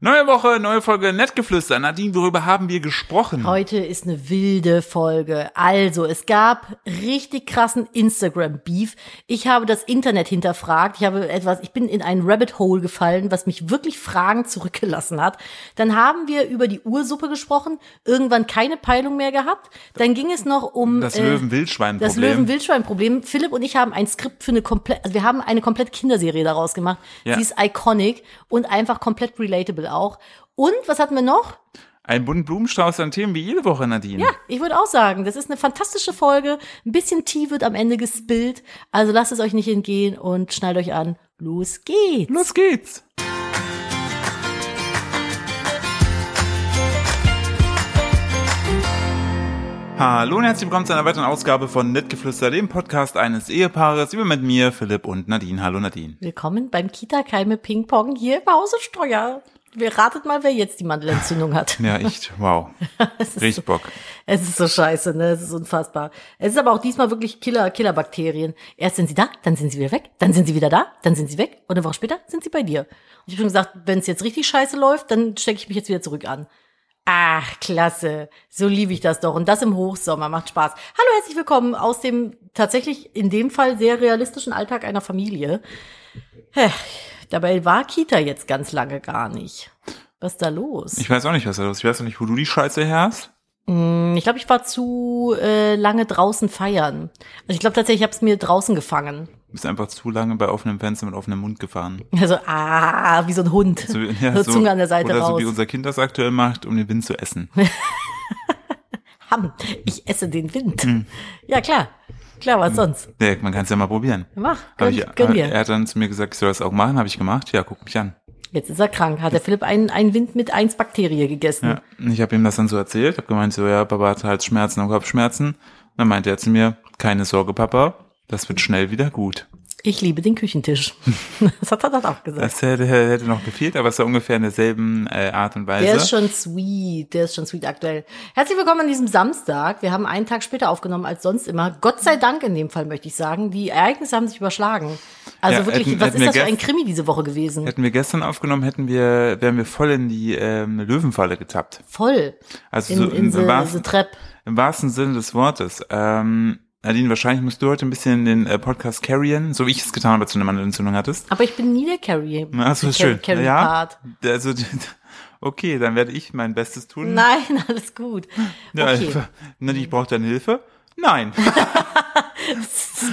Neue Woche, neue Folge Nettgeflüster. Nadine, worüber haben wir gesprochen? Heute ist eine wilde Folge. Also, es gab richtig krassen Instagram-Beef. Ich habe das Internet hinterfragt. Ich habe etwas, ich bin in ein Rabbit Hole gefallen, was mich wirklich Fragen zurückgelassen hat. Dann haben wir über die Ursuppe gesprochen, irgendwann keine Peilung mehr gehabt. Dann ging es noch um Das äh, Löwen-Wildschwein-Problem. das Löwen-Wildschwein-Problem. Philipp und ich haben ein Skript für eine komplett, also wir haben eine komplett Kinderserie daraus gemacht. Ja. Sie ist iconic und einfach komplett relatable auch. Und was hatten wir noch? Ein bunten Blumenstrauß an Themen wie jede Woche, Nadine. Ja, ich würde auch sagen, das ist eine fantastische Folge. Ein bisschen Tee wird am Ende gespillt. Also lasst es euch nicht entgehen und schnallt euch an. Los geht's. Los geht's. Hallo und herzlich willkommen zu einer weiteren Ausgabe von Nettgeflüster, dem Podcast eines Ehepaares über mit mir, Philipp und Nadine. Hallo Nadine. Willkommen beim Kita-Keime Ping-Pong hier im Hause Steuer. Wir ratet mal, wer jetzt die Mandelentzündung hat. Ja, echt, wow. Es ist, so, Richtig Bock. es ist so scheiße, ne? Es ist unfassbar. Es ist aber auch diesmal wirklich Killer, Killerbakterien. Erst sind sie da, dann sind sie wieder weg, dann sind sie wieder da, dann sind sie weg und eine Woche später sind sie bei dir. Und ich habe schon gesagt, wenn es jetzt richtig scheiße läuft, dann stecke ich mich jetzt wieder zurück an. Ach, klasse. So liebe ich das doch. Und das im Hochsommer macht Spaß. Hallo, herzlich willkommen aus dem tatsächlich in dem Fall sehr realistischen Alltag einer Familie. Hä, dabei war Kita jetzt ganz lange gar nicht. Was ist da los? Ich weiß auch nicht, was da los ist. Ich weiß auch nicht, wo du die Scheiße her hast. Mm, Ich glaube, ich war zu äh, lange draußen feiern. Also ich glaube tatsächlich, ich habe es mir draußen gefangen. Du bist einfach zu lange bei offenem Fenster mit offenem Mund gefahren. Also, ah, wie so ein Hund. So, So, ja, so, Zunge an der Seite oder so raus. wie unser Kind das aktuell macht, um den Wind zu essen. Ham, ich esse den Wind. Hm. Ja, klar. Klar, was sonst? Ja, man kann es ja mal probieren. Mach, Hm. Hab gönn, ich, ah, gönn hab- dir. Er hat dann zu mir gesagt, ich soll das auch machen, habe ich gemacht. Ja, guck mich an. Jetzt ist er krank. Hat der Philipp einen, einen Wind mit eins Bakterie gegessen? Ja, und ich habe ihm das dann so erzählt, habe gemeint, so ja, Papa hat Halsschmerzen und Kopfschmerzen. Und dann meinte er zu mir, keine Sorge, Papa, das wird schnell wieder gut. Ich liebe den Küchentisch. das hat er dann auch gesagt. Das hätte, hätte noch gefehlt, aber es war ungefähr in derselben äh, Art und Weise. Der ist schon sweet, der ist schon sweet aktuell. Herzlich willkommen an diesem Samstag. Wir haben einen Tag später aufgenommen als sonst immer. Gott sei Dank in dem Fall möchte ich sagen. Die Ereignisse haben sich überschlagen. Also Ja, wirklich, hätten- was hätten ist wir das für ein gestern- Krimi diese Woche gewesen? Hätten wir gestern aufgenommen, hätten wir, wären wir voll in die ähm, Löwenfalle getappt. Voll. Also In, so in, im, the, wahrsten, the Trap. im wahrsten Sinne des Wortes. Ähm, Nadine, wahrscheinlich musst du heute ein bisschen den äh, Podcast carryen, so wie ich es getan habe, als du eine Mandelentzündung hattest. Aber ich bin nie der Carrie. Ach so, der schön. Carrie ja, Part. also okay, dann werde ich mein Bestes tun. Nein, alles gut. Ja, Okay. ich- Nadine, ich brauche deine Hilfe. Nein.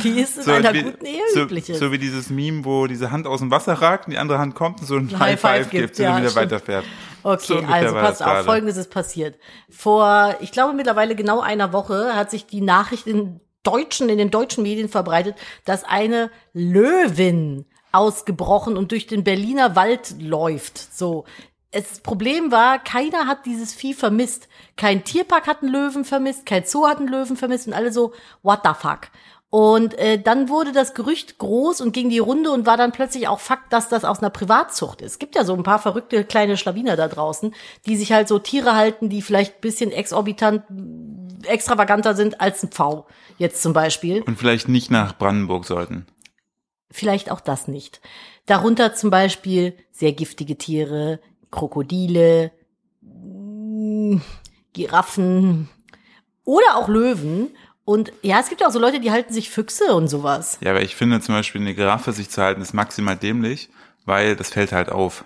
Wie ist in einer guten Ehe so, üblich ist. so wie dieses Meme, wo diese Hand aus dem Wasser ragt und die andere Hand kommt und so ein High High Five Five gibt, und gibt, ja, dann wieder stimmt. weiterfährt. So Okay, ungefähr also war pass das auf, gerade. folgendes ist passiert. Vor, ich glaube mittlerweile genau einer Woche hat sich die Nachricht in deutschen, in den deutschen Medien verbreitet, dass eine Löwin ausgebrochen und durch den Berliner Wald läuft. So. Es, das Problem war, keiner hat dieses Vieh vermisst. Kein Tierpark hat einen Löwen vermisst, kein Zoo hat einen Löwen vermisst und alle so, what the fuck? Und äh, dann wurde das Gerücht groß und ging die Runde und war dann plötzlich auch Fakt, dass das aus einer Privatzucht ist. Es gibt ja so ein paar verrückte kleine Schlawiner da draußen, die sich halt so Tiere halten, die vielleicht ein bisschen exorbitant, mh, extravaganter sind als ein Pfau jetzt zum Beispiel. Und vielleicht nicht nach Brandenburg sollten. Vielleicht auch das nicht. Darunter zum Beispiel sehr giftige Tiere, Krokodile, mh, Giraffen oder auch Löwen. Und ja, es gibt ja auch so Leute, die halten sich Füchse und sowas. Ja, aber ich finde zum Beispiel eine Giraffe sich zu halten ist maximal dämlich, weil das fällt halt auf.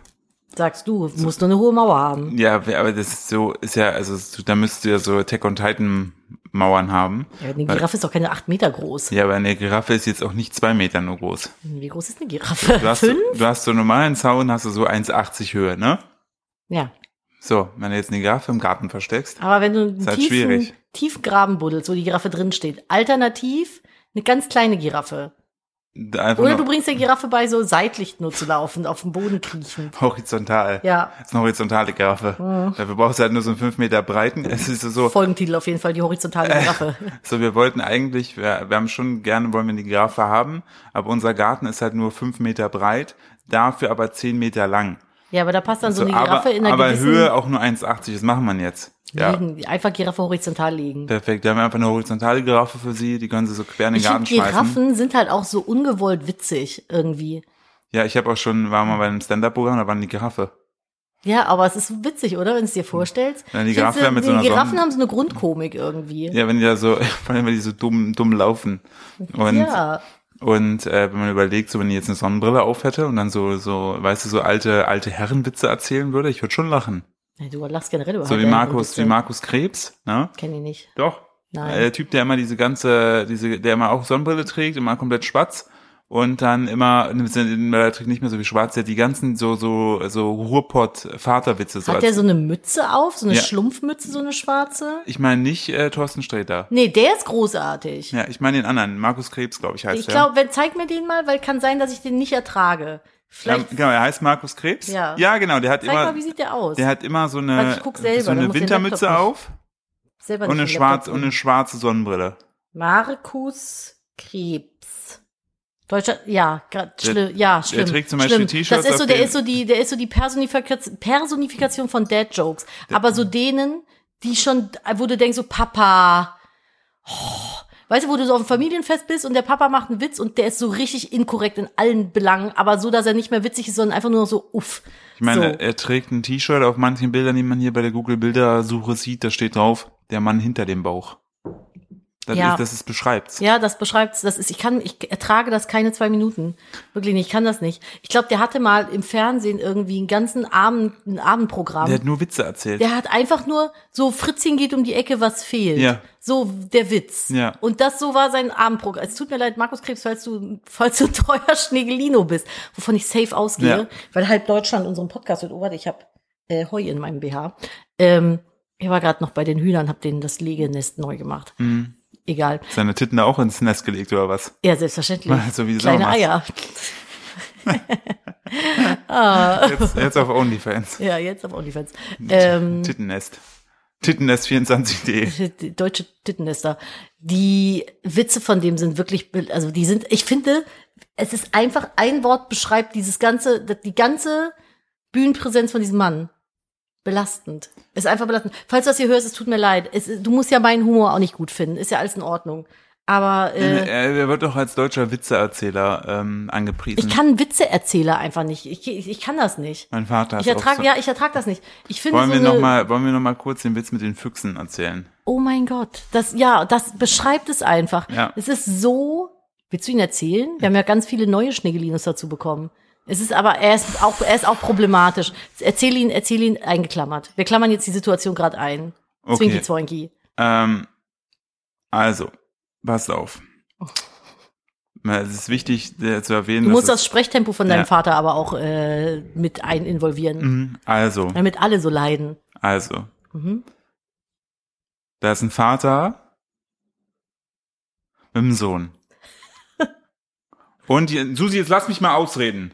Sagst du, musst nur eine hohe Mauer haben. Ja, aber das ist so, ist ja, also so- da müsst ihr ja so Tech on Titan Mauern haben. Ja, eine Weil- Giraffe ist doch keine acht Meter groß. Hm, Ja, aber eine Giraffe ist jetzt auch nicht zwei Meter nur groß. Wie groß ist eine Giraffe? Du hast, Fünf? du hast so einen normalen Zaun, hast du so 1,80 Höhe, ne? Ja. So, wenn du jetzt eine Giraffe im Garten versteckst, Aber wenn du einen Ist halt tiefen, schwierig. tiefen Graben buddelst, wo die Giraffe drin steht, alternativ eine ganz kleine Giraffe. da einfach Oder du nur bringst der Giraffe bei, so seitlich nur zu laufen, auf dem Boden kriechen. horizontal. Ja. Oh. hm. Das ist eine horizontale Giraffe. Dafür brauchst du halt nur so einen 5 Meter breiten. Es ist so, Äh. Folgentitel auf jeden Fall, die horizontale Giraffe. so wir wollten eigentlich, wir, wir haben schon gerne, wollen wir eine Giraffe haben, aber unser Garten ist halt nur 5 Meter breit, dafür aber 10 Meter lang. Ja, aber da passt dann so, eine Also, aber Giraffe in einer aber gewissen Höhe auch nur 1,80, das machen wir jetzt. Ja. liegen. Einfach Giraffe horizontal liegen. Perfekt, da haben wir einfach eine horizontale Giraffe für sie, die können sie so quer in den Ich Garten finde, schmeißen. Giraffen sind halt auch so ungewollt witzig irgendwie. Ja, ich habe auch schon, war mal bei einem Stand-Up-Programm, da war eine Giraffe. Ja, aber es ist witzig, oder? Wenn du es dir vorstellst. Ja, die Ich find's, Giraffen mit so einer die Giraffen Sonne- haben so eine Grundkomik irgendwie. Ja, wenn die da so, vor allem, wenn die so dumm, dumm laufen. Und, Ja. und äh, wenn man überlegt, so wenn die jetzt eine Sonnenbrille auf hätte und dann so, so, weißt du, so alte, alte Herrenwitze erzählen würde, ich würde schon lachen. Ja, Du lachst generell über So wie Hardware- Markus, wie Produkte. Markus Krebs, ne? Kenn ich nicht. Doch. Nein. Äh, Der Typ, der immer diese ganze, diese, der immer auch Sonnenbrille trägt, immer komplett schwarz und dann immer, der trägt nicht mehr so wie schwarz, der hat die ganzen so, so, so Ruhrpott-Vaterwitze so Hat als- der so eine Mütze auf? So eine Ja. Schlumpfmütze, so eine schwarze? Ich meine nicht äh, Thorsten Sträter. Nee, der ist großartig. Ja, ich meine den anderen, Markus Krebs, glaube ich, heißt ich er. glaube, wenn zeig mir den mal, weil kann sein, dass ich den nicht ertrage. Ja, Vielleicht genau, er heißt Markus Krebs. Ja. Ja, genau, der hat zeig immer, mal, wie sieht der aus? der hat immer so Warte, eine, ich guck selber, so dann eine muss ich den Wintermütze Laptop auf Selber und eine nicht im Laptop schwarze, und eine schwarze Sonnenbrille. Markus Krebs. Deutscher, ja, grad schlimm, ja, schlimm. trägt zum Beispiel schlimm. T-Shirts, Das ist so, auf der denen- ist so die, der ist so die Personifikation, Personifikation von Dad Jokes. Aber so denen, die schon, wo du denkst so, Papa, oh, weißt du, wo du so auf dem Familienfest bist und der Papa macht einen Witz und der ist so richtig inkorrekt in allen Belangen, aber so, dass er nicht mehr witzig ist, sondern einfach nur noch so, uff. Ich meine, so. er trägt ein T-Shirt auf manchen Bildern, die man hier bei der Google-Bildersuche sieht, da steht drauf, der Mann hinter dem Bauch. Das Ja. ist, das es beschreibt. Ja, das beschreibt's. Das ist, ich kann, ich ertrage das keine zwei Minuten. Wirklich nicht, ich kann das nicht. Ich glaube, der hatte mal im Fernsehen irgendwie einen ganzen Abend, ein Abendprogramm. Der Der, hat nur Witze erzählt. hat einfach nur so Fritzchen geht um die Ecke, was fehlt. Ja. So der Witz. Ja. Und das so war sein Abendprogramm. Es tut mir leid, Markus Krebs, falls du, falls du teuer Schnegelino bist, wovon ich safe ausgehe, Ja. weil halb Deutschland unseren Podcast hört. Oh, warte, ich hab äh, Heu in meinem BH. Ähm, ich war gerade noch bei den Hühnern, hab denen das Legenest neu gemacht. Mhm. Egal. Seine Titten da auch ins Nest gelegt oder was? Ja, selbstverständlich. So wie du es Kleine auch machst. Eier. Jetzt, jetzt auf OnlyFans. Ah. Ja, jetzt auf OnlyFans. Ähm, Äh. Tittennest. Tittennest24.de. die deutsche Tittennester. Die Witze von dem sind wirklich, be- also die sind, ich finde, es ist einfach ein Wort beschreibt dieses ganze, die ganze Bühnenpräsenz von diesem Mann. Belastend. Ist einfach belastend. Falls du das hier hörst, es tut mir leid. Es, du musst ja meinen Humor auch nicht gut finden. Ist ja alles in Ordnung. Aber äh, Er, er wird auch als deutscher Witzeerzähler ähm, angepriesen. ich kann Witzeerzähler einfach nicht. Ich, ich, ich kann das nicht. mein Vater Ich hat auch ertrage, so. ja, ich ertrage das nicht. Ich finde Wollen so wir eine, noch mal, wollen wir noch mal kurz den Witz mit den Füchsen erzählen? Oh mein Gott, das ja, das beschreibt es einfach. Ja. Es ist so. Willst du ihn erzählen? Wir haben ja ganz viele neue Schneegelinos dazu bekommen. Es ist aber er ist auch er ist auch problematisch. Erzähl ihn, erzähl ihn eingeklammert. Wir klammern jetzt die Situation gerade ein. Okay. Zwinki Zwinki. Ähm, also, passt auf. Na, Es ist wichtig äh, zu erwähnen, Oh. Du musst dass das Sprechtempo von deinem Ja. Vater aber auch äh, mit ein involvieren, es, Mhm, also, damit alle so leiden. also, Mhm. da ist ein Vater mit einem Sohn. Und die, Susi, jetzt lass mich mal ausreden.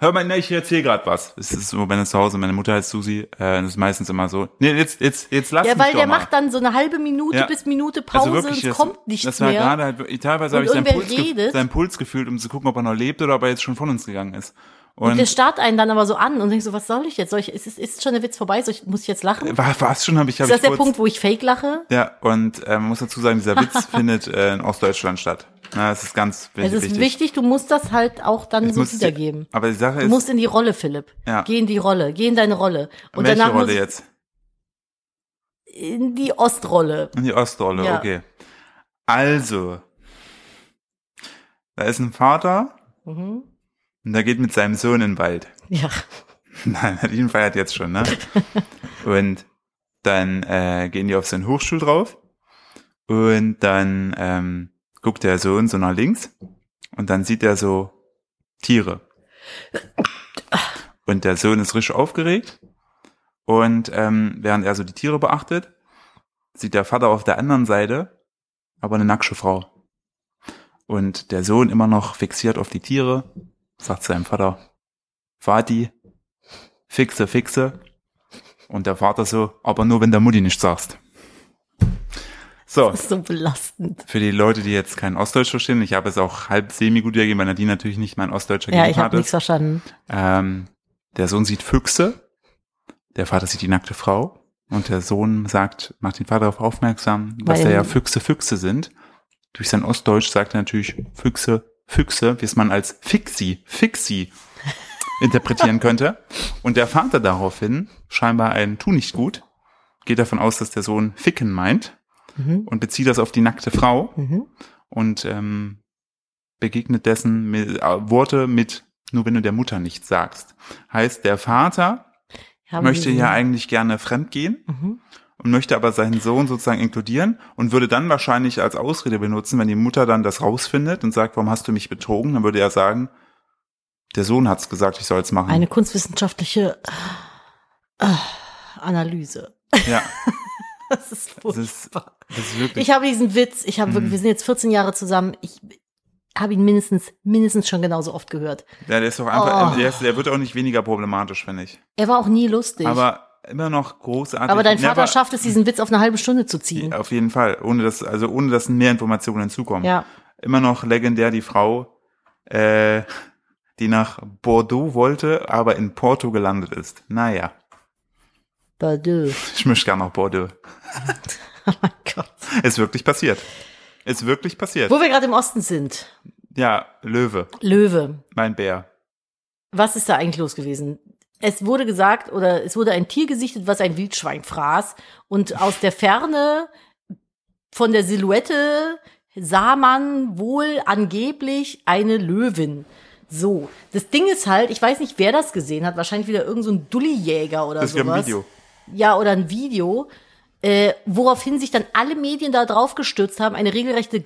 Hör mal, ne, ich erzähl grad was. Es ist so, wenn es zu Hause, meine Mutter heißt Susi, äh, das ist meistens immer so. Nee, jetzt, jetzt, jetzt lass Ja, mich weil doch der mal. macht dann so eine halbe Minute Ja. Also bis Minute Pause und es das- kommt nichts das war mehr. Gerade halt, wirklich- teilweise Und habe ich seinen irgendwer Puls, ge- redet. seinen Puls gefühlt, um zu gucken, ob er noch lebt oder ob er jetzt schon von uns gegangen ist. Und, der starrt einen dann aber so an und denkt so, was soll ich jetzt? Soll ich, ist, ist, ist schon der Witz vorbei? Soll ich, muss ich jetzt lachen? war, war es schon, habe ich, hab Ist das Äh, ich der kurz, Punkt, wo ich fake lache? Ja, und äh, man muss dazu sagen, dieser Witz findet äh, in Ostdeutschland statt. Na, das ist ganz Es ist wichtig. du musst das halt auch dann Jetzt so muss- wiedergeben. Aber die Sache Du ist, musst in die Rolle, Philipp. Ja. Geh in die Rolle, geh in deine Rolle. Und welche danach Rolle muss jetzt? in die Ostrolle. In die Ostrolle, Ja. okay. Also, da ist ein Vater Mhm. und der geht mit seinem Sohn in den Wald. Ja. Nein, hat ihn feiert jetzt schon, ne? Und dann äh, gehen die auf seinen Hochstuhl drauf und dann ähm, guckt der Sohn so nach links und dann sieht er so Tiere. Und der Sohn ist richtig aufgeregt und ähm, während er so die Tiere beachtet, sieht der Vater auf der anderen Seite aber eine nacksche Frau. Und der Sohn immer noch fixiert auf die Tiere, sagt seinem Vater, Vati, fixe, fixe. Und der Vater so, aber nur wenn der Mutti nicht sagst. So, Das ist so belastend. für die Leute, die jetzt kein Ostdeutsch verstehen, ich habe es auch halb semi gut wiedergegeben, weil Nadine natürlich nicht mein Ostdeutscher Ja, ich Gegenpart habe nichts ist. verstanden. Ähm, der Sohn sieht Füchse, der Vater sieht die nackte Frau und der Sohn sagt, macht den Vater darauf aufmerksam, dass Weil- da ja Füchse Füchse sind. Durch sein Ostdeutsch sagt er natürlich Füchse, Füchse, wie es man als Fixi, Fixi interpretieren könnte. Und der Vater daraufhin, scheinbar ein Tu nicht gut, geht davon aus, dass der Sohn Ficken meint Mhm. und bezieht das auf die nackte Frau Mhm. und ähm, begegnet dessen mit, äh, Worte mit, nur wenn du der Mutter nichts sagst. Heißt, der Vater Haben möchte Sie- ja eigentlich gerne fremdgehen Mhm. und möchte aber seinen Sohn sozusagen inkludieren und würde dann wahrscheinlich als Ausrede benutzen, wenn die Mutter dann das rausfindet und sagt, warum hast du mich betrogen, dann würde er sagen, der Sohn hat's gesagt, ich soll's machen. Eine kunstwissenschaftliche äh, Analyse. ja, Das ist das furchtbar. ist, das ist wirklich. Ich habe diesen Witz, ich habe wirklich, Mhm. wir sind jetzt 14 Jahre zusammen, ich habe ihn mindestens, mindestens schon genauso oft gehört. ja, der ist doch einfach, Oh. der, ist, der wird auch nicht weniger problematisch, finde ich. Er war auch nie lustig. Aber immer noch großartig. Aber dein Vater Never- schafft es, diesen Witz auf eine halbe Stunde zu ziehen. Auf jeden Fall, ohne dass, also ohne dass mehr Informationen hinzukommen. Ja. Immer noch legendär die Frau, äh, die nach Bordeaux wollte, aber in Porto gelandet ist. Naja, Badu. ich möchte gar nach Bordeaux. Oh mein Gott. Ist wirklich passiert. Ist wirklich passiert. Wo wir gerade im Osten sind. Ja, Löwe, Löwe. mein Bär. Was ist da eigentlich los gewesen? Es wurde gesagt, oder es wurde ein Tier gesichtet, was ein Wildschwein fraß. Und aus der Ferne von der Silhouette sah man wohl angeblich eine Löwin. So, das Ding ist halt, ich weiß nicht, wer das gesehen hat, wahrscheinlich wieder irgend so ein Dulli-Jäger oder Es sowas. gibt ein Video. Ja, oder ein Video, äh, woraufhin sich dann alle Medien da drauf gestürzt haben, eine regelrechte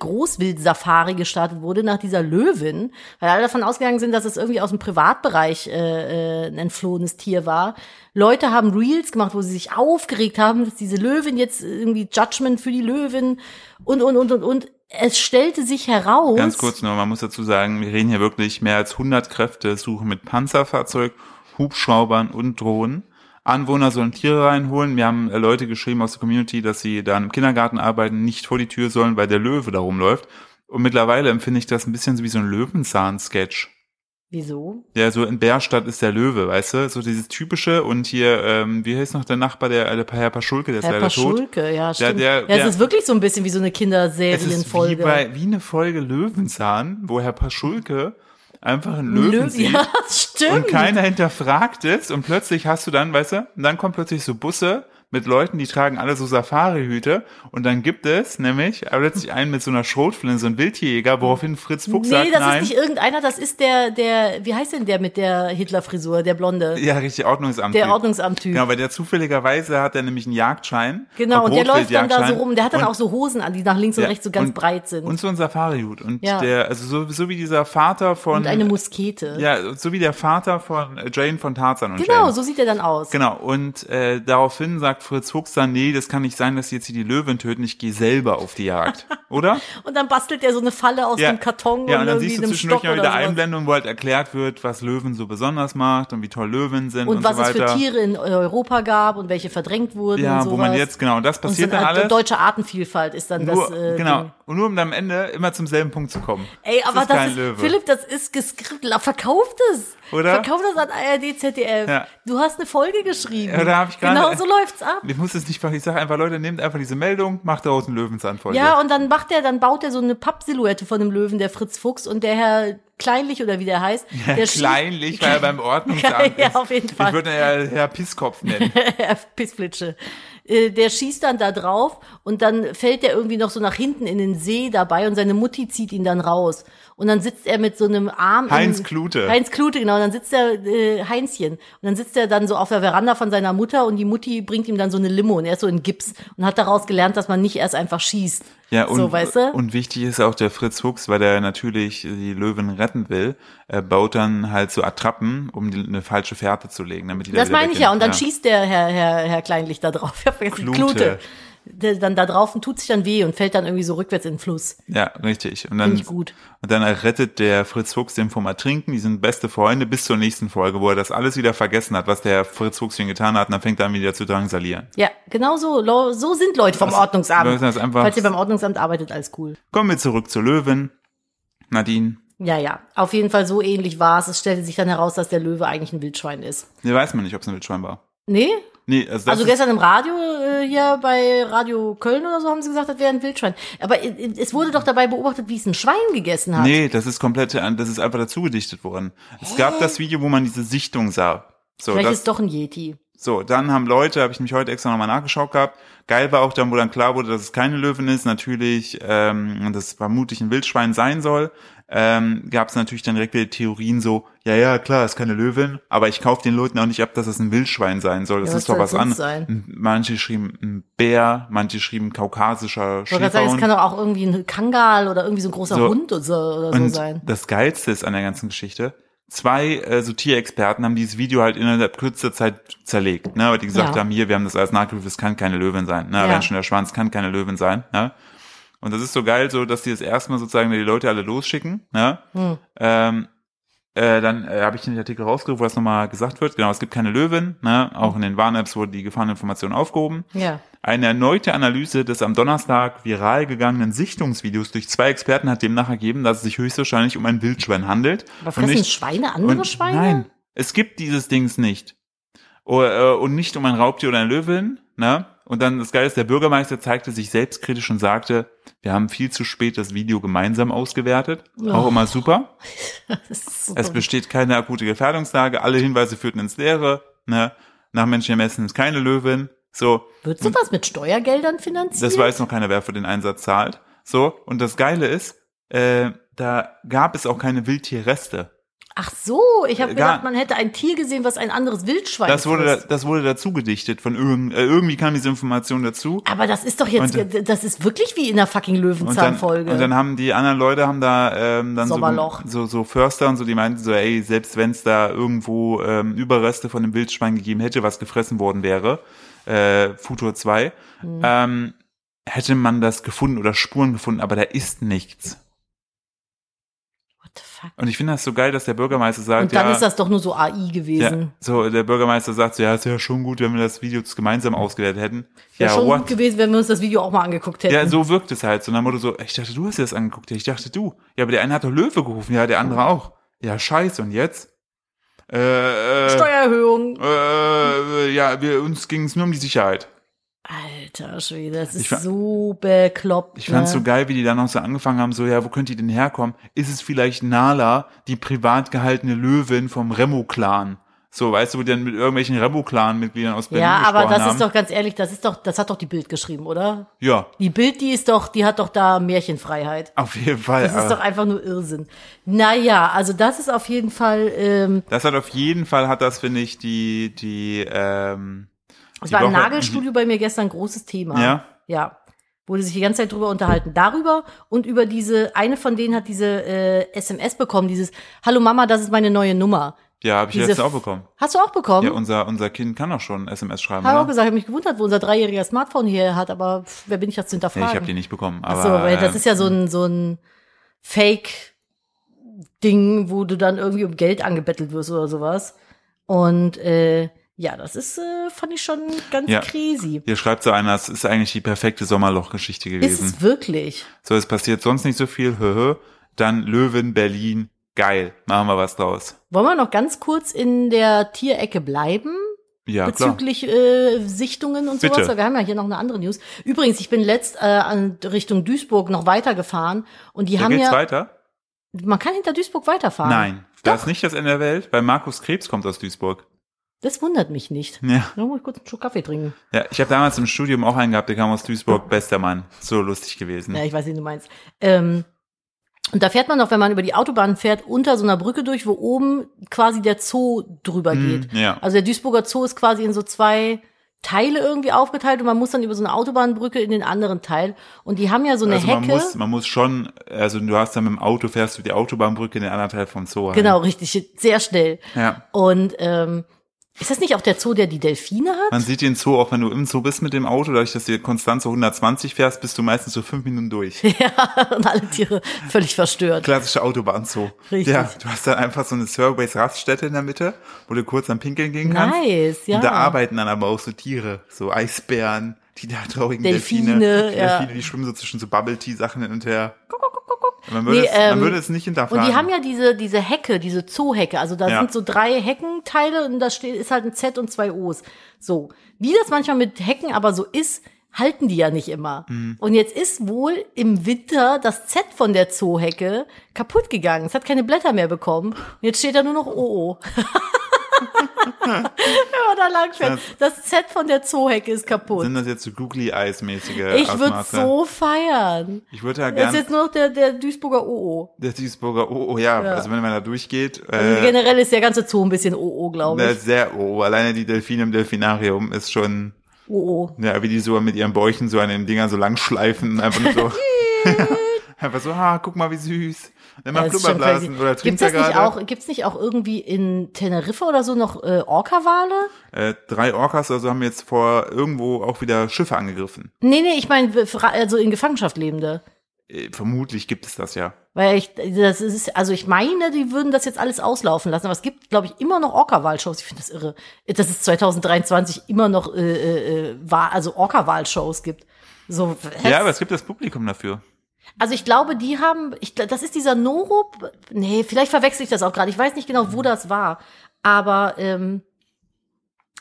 Großwild-Safari gestartet wurde nach dieser Löwin, weil alle davon ausgegangen sind, dass es irgendwie aus dem Privatbereich äh, äh, ein entflohenes Tier war. Leute haben Reels gemacht, wo sie sich aufgeregt haben, dass diese Löwin jetzt irgendwie Judgment für die Löwin und, und, und, und, und. Es stellte sich heraus. Ganz kurz nur, man muss dazu sagen, wir reden hier wirklich mehr als 100 Kräfte, suchen mit Panzerfahrzeug, Hubschraubern und Drohnen. Anwohner sollen Tiere reinholen. Wir haben äh, Leute geschrieben aus der Community, dass sie da im Kindergarten arbeiten, nicht vor die Tür sollen, weil der Löwe da rumläuft. Und mittlerweile empfinde ich das ein bisschen so wie so ein Löwenzahn-Sketch. Wieso? Ja, so in Bärstadt ist der Löwe, weißt du? So dieses typische und hier, ähm, wie heißt noch der Nachbar, der, der Herr Paschulke, der ist Herr leider tot. Paschulke, ja, stimmt. der- ja, es der- ist wirklich so ein bisschen wie so eine Es ist Kinderserienfolge. wie, bei, wie eine Folge Löwenzahn, wo Herr Paschulke einfach einen Löwen Löw- sieht. ja, stimmt. Und keiner hinterfragt es und plötzlich hast du dann, weißt du, und dann kommen plötzlich so Busse mit Leuten, die tragen alle so Safarihüte und dann gibt es nämlich äh, plötzlich einen mit so einer Schrotflinte, so ein Wildjäger, woraufhin Fritz Fuchs nee, sagt, das nein. ist nicht irgendeiner, das ist der, der, wie heißt denn der mit der Hitlerfrisur, der Blonde, ja, richtig, Ordnungsamt. der Ordnungsamt-Typ. Genau, weil der zufälligerweise hat er nämlich einen Jagdschein. einen Genau, und der läuft dann da so Rotwildjagdschein. rum, der hat dann Und- auch so Hosen an, die nach links und ja, rechts so ganz und- breit sind. Und Und, so ein Safarihut. Und Ja. der, also so, so wie dieser Vater von. eine Muskete. äh, ja, so wie der Vater von äh, Jane von Tarzan und genau, Jane. so sieht er dann aus. Genau, und äh, daraufhin sagt Fritz Fuchs dann, nee, das kann nicht sein, dass sie jetzt hier die Löwen töten, ich gehe selber auf die Jagd, oder? Und dann bastelt er so eine Falle aus dem Karton ja, und dann irgendwie siehst du einem zwischendurch Stock mal oder wieder sowas. Einblendungen, wo halt erklärt wird, was Löwen so besonders macht und wie toll Löwen sind und, Und was so es weiter. für Tiere in Europa gab und welche verdrängt wurden und ja, sowas. wo man jetzt, genau, und das und so passiert eine dann Art alles. deutsche Artenvielfalt ist dann Nur, das äh, genau, Ding. und nur um dann am Ende immer zum selben Punkt zu kommen. Ey, aber ist das kein ist, Löwe. Philipp, das ist geskriptet. Verkauft es. Oder? Verkauft das an ARD, ZDF. Ja. Du hast eine Folge geschrieben. Ja, da hab ich gerade- Genau so läuft's ab. Ich muss es nicht, ver- ich sage einfach, Leute, nehmt einfach diese Meldung, macht daraus eine Löwenzahnfolge. Ja, und dann macht er, dann baut er so eine Pappsilhouette von dem Löwen, der Fritz Fuchs und der Herr Kleinlich oder wie der heißt. der schießt- kleinlich, weil er beim Ordnungsamt Ja, ist. auf jeden Fall. Ich würde ihn ja Herr Pisskopf nennen. Pissflitsche. Äh, Der schießt dann da drauf und dann fällt er irgendwie noch so nach hinten in den See dabei und seine Mutti zieht ihn dann raus. Und dann sitzt er mit so einem Arm. Heinz in, Klute. Heinz Klute, genau. Und dann sitzt er, äh, Heinzchen. Und dann sitzt er dann so auf der Veranda von seiner Mutter und die Mutti bringt ihm dann so eine Limo und er ist so in Gips und hat daraus gelernt, dass man nicht erst einfach schießt. Ja, und, äh, so, weißt du? und wichtig ist auch der Fritz Fuchs, weil der natürlich die Löwen retten will, er baut dann halt so Attrappen, um die, eine falsche Fährte zu legen, damit die da das wieder meine ich weggehen. ja. Und dann schießt der Herr, Herr, Herr Kleinlich da drauf. Ich hab vergessen, Klute. Klute. Der dann da drauf und tut sich dann weh und fällt dann irgendwie so rückwärts in den Fluss. Ja, richtig. Und dann, ich gut. und dann rettet der Fritz Fuchs den vom Ertrinken, die sind beste Freunde bis zur nächsten Folge, wo er das alles wieder vergessen hat, was der Fritz Fuchs ihm getan hat, und dann fängt er an wieder zu drangsalieren. Ja, genau so. Lo- So sind Leute vom Das- Ordnungsamt. Leute, das ist einfach- Falls ihr beim Ordnungsamt arbeitet, alles cool. Kommen wir zurück zu Löwen. Nadine, Ja, ja. Auf jeden Fall so ähnlich war es. Es stellte sich dann heraus, dass der Löwe eigentlich ein Wildschwein ist. ne, weiß man nicht, ob es ein Wildschwein war. Nee? Nee, also das also ist, gestern im Radio äh, äh, hier bei Radio Köln oder so haben sie gesagt, das wäre ein Wildschwein. Aber i- i- es wurde doch dabei beobachtet, wie es ein Schwein gegessen hat. Nee, das ist komplett, das ist einfach dazugedichtet worden. Es gab das Video, wo man diese Sichtung sah. So, Vielleicht das, ist doch ein Yeti. So, dann haben Leute, habe ich mich heute extra nochmal nachgeschaut gehabt. Geil war auch dann, wo dann klar wurde, dass es keine Löwen ist. Natürlich, ähm, und das vermutlich ein Wildschwein sein soll. Ähm, Gab es natürlich dann direkt wieder Theorien so, ja, ja, klar, ist keine Löwin, aber ich kaufe den Leuten auch nicht ab, dass es ein Wildschwein sein soll. Das was ist doch soll was sonst anderes. sein? Manche schrieben ein Bär, manche schrieben kaukasischer Ich wollte gerade sagen, es Schäferhund. kann doch auch irgendwie ein Kangal oder irgendwie so ein großer So. Hund oder so, oder so Und sein. das Geilste ist an der ganzen Geschichte, zwei äh, so Tierexperten haben dieses Video halt innerhalb kürzester Zeit zerlegt, ne? weil die gesagt Ja. haben, hier, wir haben das alles nachgeprüft, es kann keine Löwin sein. Ne? Ja. Wenn schon der Schwanz kann keine Löwin sein. Ne? Und das ist so geil, so dass die das erstmal sozusagen die Leute alle losschicken. Ne? Hm. Ähm, äh, dann äh, habe ich den Artikel rausgerufen, wo das nochmal gesagt wird. Genau, es gibt keine Löwin. Ne? Hm. Auch in den Warn-Apps wurde die Gefahreninformation aufgehoben. Ja. Eine erneute Analyse des am Donnerstag viral gegangenen Sichtungsvideos durch zwei Experten hat demnach ergeben, dass es sich höchstwahrscheinlich um ein Wildschwein handelt. Aber fressen Schweine andere und- Schweine? Nein, es gibt dieses Dings nicht. O- äh, Und nicht um ein Raubtier oder ein Löwin. Ne? Und dann das Geile ist, der Bürgermeister zeigte sich selbstkritisch und sagte, wir haben viel zu spät das Video gemeinsam ausgewertet. Auch Oh. immer super. Das ist so Es dumm. besteht keine akute Gefährdungslage. Alle Hinweise führten ins Leere. Ne? Nach menschlichem Ermessen ist keine Löwin. So, Würdest du das mit Steuergeldern finanzieren? das weiß noch keiner, wer für den Einsatz zahlt. So, und das Geile ist, äh, da gab es auch keine Wildtierreste. Ach so, ich habe Äh, gar- gedacht, man hätte ein Tier gesehen, was ein anderes Wildschwein Das wurde, frisst. das wurde dazu gedichtet von irgend, äh, irgendwie kam diese Information dazu. Aber das ist doch jetzt, Und- das ist wirklich wie in der fucking Und dann, Löwenzahnfolge. und dann haben die anderen Leute haben da ähm, dann so, Sommerloch. so so Förster und so, die meinten so, ey, selbst wenn es da irgendwo ähm, Überreste von einem Wildschwein gegeben hätte, was gefressen worden wäre, äh, Futur 2, Mhm. ähm, hätte man das gefunden oder Spuren gefunden, aber da ist nichts. What the fuck? Und ich finde das so geil, dass der Bürgermeister sagt, Und dann ja, ist das doch nur so AI gewesen. Ja, so, der Bürgermeister sagt so, ja, ist ja schon gut, wenn wir das Video gemeinsam ausgewertet hätten. Wäre Ja, schon gut what? gewesen, wenn wir uns das Video auch mal angeguckt hätten. Ja, so wirkt es halt. So, dann wurde so, ich dachte, du hast dir das angeguckt. Ja, ich dachte, du. Ja, aber der eine hat doch Löwe gerufen. Ja, der andere auch. Ja, scheiße. Und jetzt? Äh, äh, Steuererhöhung. äh, ja, wir, uns ging es nur um die Sicherheit. Alter Schwede, das ist fa- so bekloppt. Ich fand's ne? so geil, wie die dann noch so angefangen haben, so, ja, wo könnt ihr denn herkommen? Ist es vielleicht Nala, die privat gehaltene Löwin vom Remo-Clan? So, weißt du, wo die dann mit irgendwelchen Remo-Clan-Mitgliedern aus Berlin ja, aber gesprochen das haben. ist doch ganz ehrlich, das ist doch, das hat doch die Bild geschrieben, oder? Ja, Die Bild, die ist doch, die hat doch da Märchenfreiheit. auf jeden Fall. Das ist aber- doch einfach nur Irrsinn. Naja, also das ist auf jeden Fall, ähm, Das hat auf jeden Fall, hat das, finde ich, die, die, ähm, es die war im Woche- Mhm. Nagelstudio bei mir gestern ein großes Thema. Ja? Ja. Wurde sich die ganze Zeit drüber unterhalten. Darüber und über diese, eine von denen hat diese äh, SMS bekommen, dieses Hallo Mama, das ist meine neue Nummer. Ja, habe ich Diese letztens auch F- bekommen. Hast du auch bekommen? Ja, unser, unser Kind kann auch schon SMS schreiben, Habe auch oder? gesagt, ich habe mich gewundert, wo unser dreijähriger Smartphone hier hat, aber pff, wer bin ich das zu Nee, hinterfragen? ich habe die nicht bekommen. Aber, Ach so, weil das äh, ist ja so ein, so ein Fake-Ding, wo du dann irgendwie um Geld angebettelt wirst oder sowas. Und äh, ja, das ist, äh, fand ich schon ganz Ja. crazy. Hier schreibt so einer, es ist eigentlich die perfekte Sommerlochgeschichte Ist gewesen. es wirklich? So, es passiert sonst nicht so viel. Höhö. Dann Löwen, Berlin. Geil. Machen wir was draus. Wollen wir noch ganz kurz in der Tierecke bleiben? Ja, klar. bezüglich äh, Sichtungen und Bitte. sowas. Weil wir haben ja hier noch eine andere News. Übrigens, ich bin letzt äh, an Richtung Duisburg noch weitergefahren und die Da haben geht's ja. weiter? Man kann hinter Duisburg weiterfahren. Nein. Das ist nicht das Ende der Welt, weil Markus Krebs kommt aus Duisburg. Das wundert mich nicht. Ja. Da muss ich kurz einen Schluck Kaffee trinken. Ja, ich habe damals im Studium auch einen gehabt, der kam aus Duisburg. Bester Mann. So lustig gewesen. Ja, ich weiß, wen du meinst. Ähm, und da fährt man doch, wenn man über die Autobahn fährt, unter so einer Brücke durch, wo oben quasi der Zoo drüber Hm, geht. ja. Also der Duisburger Zoo ist quasi in so zwei Teile irgendwie aufgeteilt und man muss dann über so eine Autobahnbrücke in den anderen Teil. Und die haben ja so eine also Man Hecke. muss, man muss schon, also du hast dann mit dem Auto, fährst du die Autobahnbrücke in den anderen Teil vom Zoo. rein. Genau, richtig, sehr schnell. Ja. Und ähm, ist das nicht auch der Zoo, der die Delfine hat? Man sieht den Zoo, auch wenn du im Zoo bist mit dem Auto, dadurch, dass du konstant so 120 fährst, bist du meistens so fünf Minuten durch. Ja, und alle Tiere völlig verstört. Klassischer Autobahnzoo. Richtig. Ja, du hast dann einfach so eine Surveys-Raststätte in der Mitte, wo du kurz am Pinkeln gehen kannst. Nice, ja. Und da arbeiten dann aber auch so Tiere, so Eisbären, die da traurigen Delfine, Delfine, die, ja. Delfine die schwimmen so zwischen so Bubble-Tea-Sachen hin und her. Man würde, Nee, es, man ähm, würde es nicht hinterfragen. Und die haben ja diese, diese Hecke, diese Zoohecke. Also da Ja. sind so drei Heckenteile und da steht, ist halt ein Z und zwei O's. So. Wie das manchmal mit Hecken aber so ist, halten die ja nicht immer. Und jetzt ist wohl im Winter das Z von der Zoohecke kaputt gegangen. Es hat keine Blätter mehr bekommen. Und jetzt steht da nur noch OO. Wenn man da lang fährt. Das Z von der Zoohecke ist kaputt. Sind das jetzt so googly eyes mäßige Ich würde Ausmaße? so feiern. Ich würde ja Das ist gern jetzt nur noch der, der Duisburger OO. der Duisburger, oh, oh ja, Ja. also wenn man da durchgeht, Also äh, generell ist der ganze Zoo ein bisschen OO, glaube der ich. ist sehr, oh, alleine die Delfine im Delfinarium ist schon, OO. ja, wie die so mit ihren Bäuchen so an den Dingern so langschleifen, einfach nur so, einfach so, ha, guck mal, wie süß. Dann mal Das ist schon Blubberblasen crazy. oder trinkt Gibt's er das nicht gerade. auch, gibt's nicht auch irgendwie in Teneriffa oder so noch äh, Orca-Wale? Äh, drei Orcas also haben jetzt vor irgendwo auch wieder Schiffe angegriffen. Nee, nee, ich meine, wir- fra- also in Gefangenschaft lebende. Äh, vermutlich gibt es das ja. Weil ich, das ist, also ich meine, die würden das jetzt alles auslaufen lassen, aber es gibt, glaube ich, immer noch Orca-Wahlshows. Ich finde das irre, dass es 2023 immer noch, äh, äh, äh, Wa- also Orca-Wahlshows gibt. So, Ja, aber es gibt das Publikum dafür. Also ich glaube, die haben, ich, gl- das ist dieser Norup, nee, vielleicht verwechsel ich das auch gerade, ich weiß nicht genau, wo das war, aber ähm,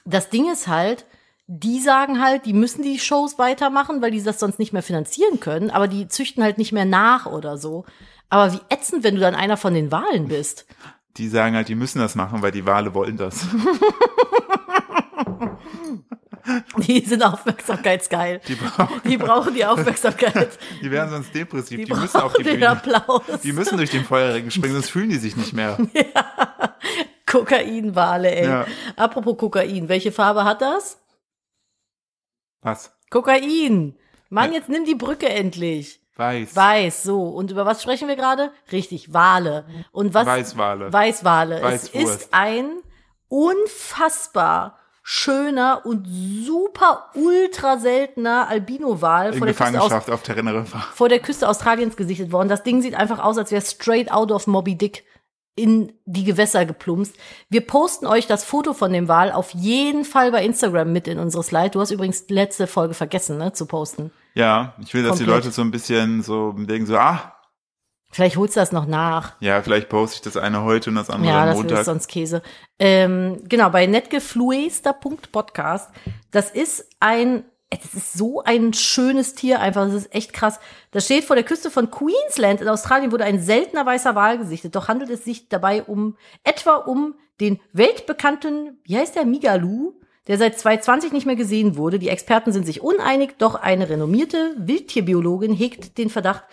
das Ding ist halt, die sagen halt, die müssen die Shows weitermachen, weil die das sonst nicht mehr finanzieren können, aber die züchten halt nicht mehr nach oder so. Aber wie ätzend, wenn du dann einer von den Wahlen bist. Die sagen halt, die müssen das machen, weil die Wale wollen das. Die sind aufmerksamkeitsgeil. Die brauchen, Die brauchen die Aufmerksamkeit. die werden sonst depressiv. Die, Die, müssen auf die brauchen den Bühne. Applaus. Die müssen durch den Feuerring springen, sonst fühlen die sich nicht mehr. Kokainwale, ey. Ja. Apropos Kokain, welche Farbe hat das? Was? Kokain. Mann, Ja. jetzt nimm die Brücke endlich. Weiß. Weiß, so. Und über was sprechen wir gerade? Richtig, Wale. Und was? Weißwale. Weißwale. Es Weißwurst. ist ein unfassbar schöner und super ultra seltener Albino-Wal In vor, der Küste aus- Gefangenschaft auf Teneriffa. vor der Küste Australiens gesichtet worden. Das Ding sieht einfach aus, als wäre straight out of Moby Dick in die Gewässer geplumpst. Wir posten euch das Foto von dem Wal auf jeden Fall bei Instagram mit in unsere Slide. Du hast übrigens die letzte Folge vergessen, ne, zu posten. Ja, ich will, dass die Komplett. Leute so ein bisschen so denken, so, ah, Vielleicht holst du das noch nach. ja, vielleicht poste ich das eine heute und das andere Ja, am das Montag. ist sonst Käse. Ähm, genau, bei netgefluester.podcast. Das ist ein, es ist so ein schönes Tier einfach, das ist echt krass. Das steht vor der Küste von Queensland in Australien wurde ein seltener weißer Wal gesichtet. Doch handelt es sich dabei um, etwa um den weltbekannten, wie heißt der, Migaloo? der seit 2020 nicht mehr gesehen wurde. Die Experten sind sich uneinig, doch eine renommierte Wildtierbiologin hegt den Verdacht,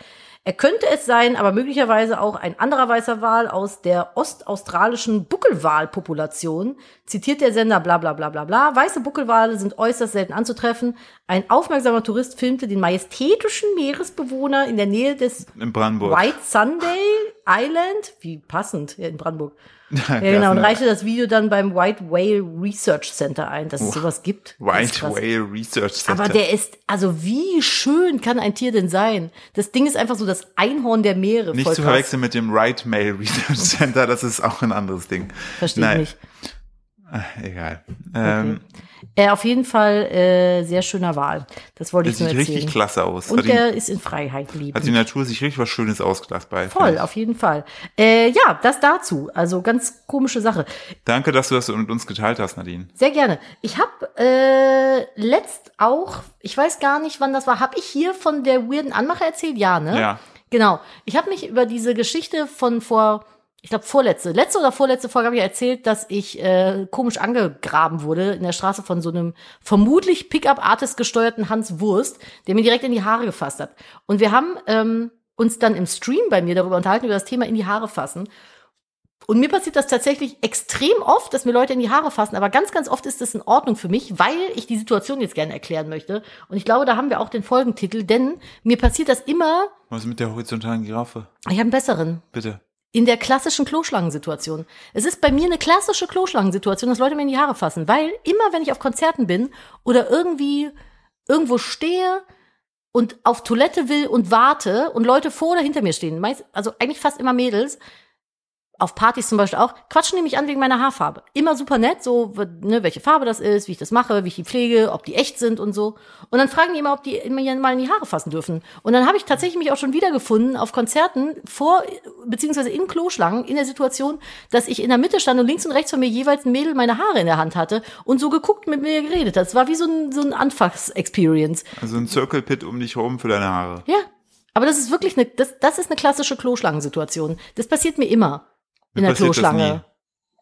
er könnte es sein, aber möglicherweise auch ein anderer weißer Wal aus der ostaustralischen Buckelwalpopulation. Zitiert der Sender bla bla bla bla bla. Weiße Buckelwale sind äußerst selten anzutreffen. Ein aufmerksamer Tourist filmte den majestätischen Meeresbewohner in der Nähe des In Brandenburg. White Sunday Island, wie passend, ja, in Brandenburg. Ja, Ja, genau, und so reichte das Video dann beim White Whale Research Center ein, dass es sowas gibt. Das ist White krass. Whale Research Center. Aber der ist, also wie schön kann ein Tier denn sein? Das Ding ist einfach so das Einhorn der Meere. nicht voll zu krass. verwechseln mit dem Right Mail Research Center, das ist auch ein anderes Ding. Verstehe ich Nein. Äh, nicht. Egal. Ähm, Äh, auf jeden Fall äh, sehr schöner Wal. Das wollte der ich nur sieht erzählen. richtig klasse aus. und Hat die, der ist in Freiheit lieben. hat die Natur sich richtig was Schönes ausgedacht bei. Voll, auf jeden Fall. Äh, ja, das dazu. Also ganz komische Sache. Danke, dass du das mit uns geteilt hast, Nadine. Sehr gerne. Ich habe äh, letzt auch, ich weiß gar nicht, wann das war, habe ich hier von der weirden Anmache erzählt? Ja, ne? Ja. Genau. Ich habe mich über diese Geschichte von vor, ich glaube vorletzte, letzte oder vorletzte Folge habe ich erzählt, dass ich äh, komisch angegraben wurde in der Straße von so einem vermutlich Pickup-Artist gesteuerten Hans Wurst, der mir direkt in die Haare gefasst hat. Und wir haben ähm, uns dann im Stream bei mir darüber unterhalten, über das Thema in die Haare fassen. Und mir passiert das tatsächlich extrem oft, dass mir Leute in die Haare fassen, aber ganz, ganz oft ist das in Ordnung für mich, weil ich die Situation jetzt gerne erklären möchte. Und ich glaube, da haben wir auch den Folgentitel, denn mir passiert das immer, Was ist mit der horizontalen Giraffe? ich habe einen besseren, Bitte. in der klassischen Kloschlangensituation. Es ist bei mir eine klassische Kloschlangensituation, dass Leute mir in die Haare fassen, weil immer wenn ich auf Konzerten bin oder irgendwie irgendwo stehe und auf Toilette will und warte und Leute vor oder hinter mir stehen, meist, also eigentlich fast immer Mädels, auf Partys zum Beispiel auch, quatschen die mich an wegen meiner Haarfarbe. Immer super nett, so, ne, welche Farbe das ist, wie ich das mache, wie ich die pflege, ob die echt sind und so. Und dann fragen die immer, ob die mir mal in die Haare fassen dürfen. Und dann habe ich tatsächlich mich auch schon wiedergefunden auf Konzerten vor, beziehungsweise in Kloschlangen, in der Situation, dass ich in der Mitte stand und links und rechts von mir jeweils ein Mädel meine Haare in der Hand hatte und so geguckt mit mir geredet hat. Es war wie so ein, so ein Anfangs-Experience. Also ein Circle Pit um dich herum für deine Haare. Ja. Aber das ist wirklich eine, das, das ist eine klassische Kloschlangensituation. Das passiert mir immer in der passiert das nie. Kloschlange.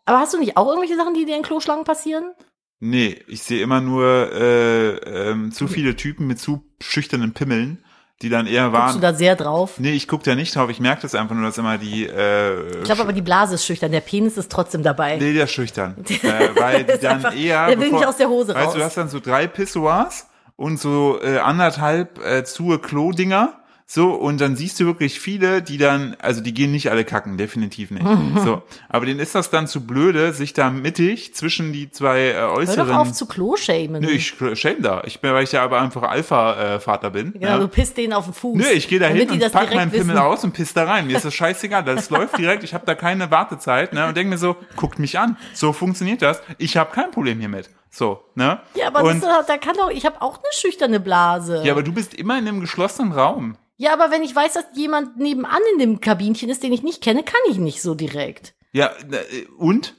Aber hast du nicht auch irgendwelche Sachen, die dir in Kloschlangen passieren? Nee, ich sehe immer nur äh, ähm, Hm. zu viele Typen mit zu schüchternen Pimmeln, die dann eher Guckst du waren. da sehr drauf? Nee, ich gucke da nicht drauf. Ich merke das einfach nur, dass immer die. Äh, Ich glaube aber, die Blase ist schüchtern, der Penis ist trotzdem dabei. Nee, der ist schüchtern. äh, weil die ist dann einfach- eher. der will nicht aus der Hose Weißt raus. du, du hast dann so drei Pissoirs und so äh, anderthalb äh, zur Klo-Dinger. So, und dann siehst du wirklich viele, die dann, also die gehen nicht alle kacken, definitiv nicht. so. Aber denen ist das dann zu blöde, sich da mittig zwischen die zwei äh, Hör doch auf äußeren. zu Klo-shamen. Nö, ich äh, shame da. Ich bin, weil ich ja aber einfach Alpha-Vater bin. ne? genau, ja. du pisst denen auf den Fuß. Nö, ich gehe da hin damit die und das pack direkt meinen Pimmel wissen. aus und piss da rein. Mir ist das scheißegal. Das läuft direkt. Ich habe da keine Wartezeit ne, und denke mir so, guckt mich an. So funktioniert das. Ich habe kein Problem hiermit. So, ne? Ja, aber und, das, ist doch- da kann doch, ich habe auch eine schüchterne Blase. ja, aber du bist immer in einem geschlossenen Raum. Ja, aber wenn ich weiß, dass jemand nebenan in dem Kabinchen ist, den ich nicht kenne, kann ich nicht so direkt. Ja, äh, und?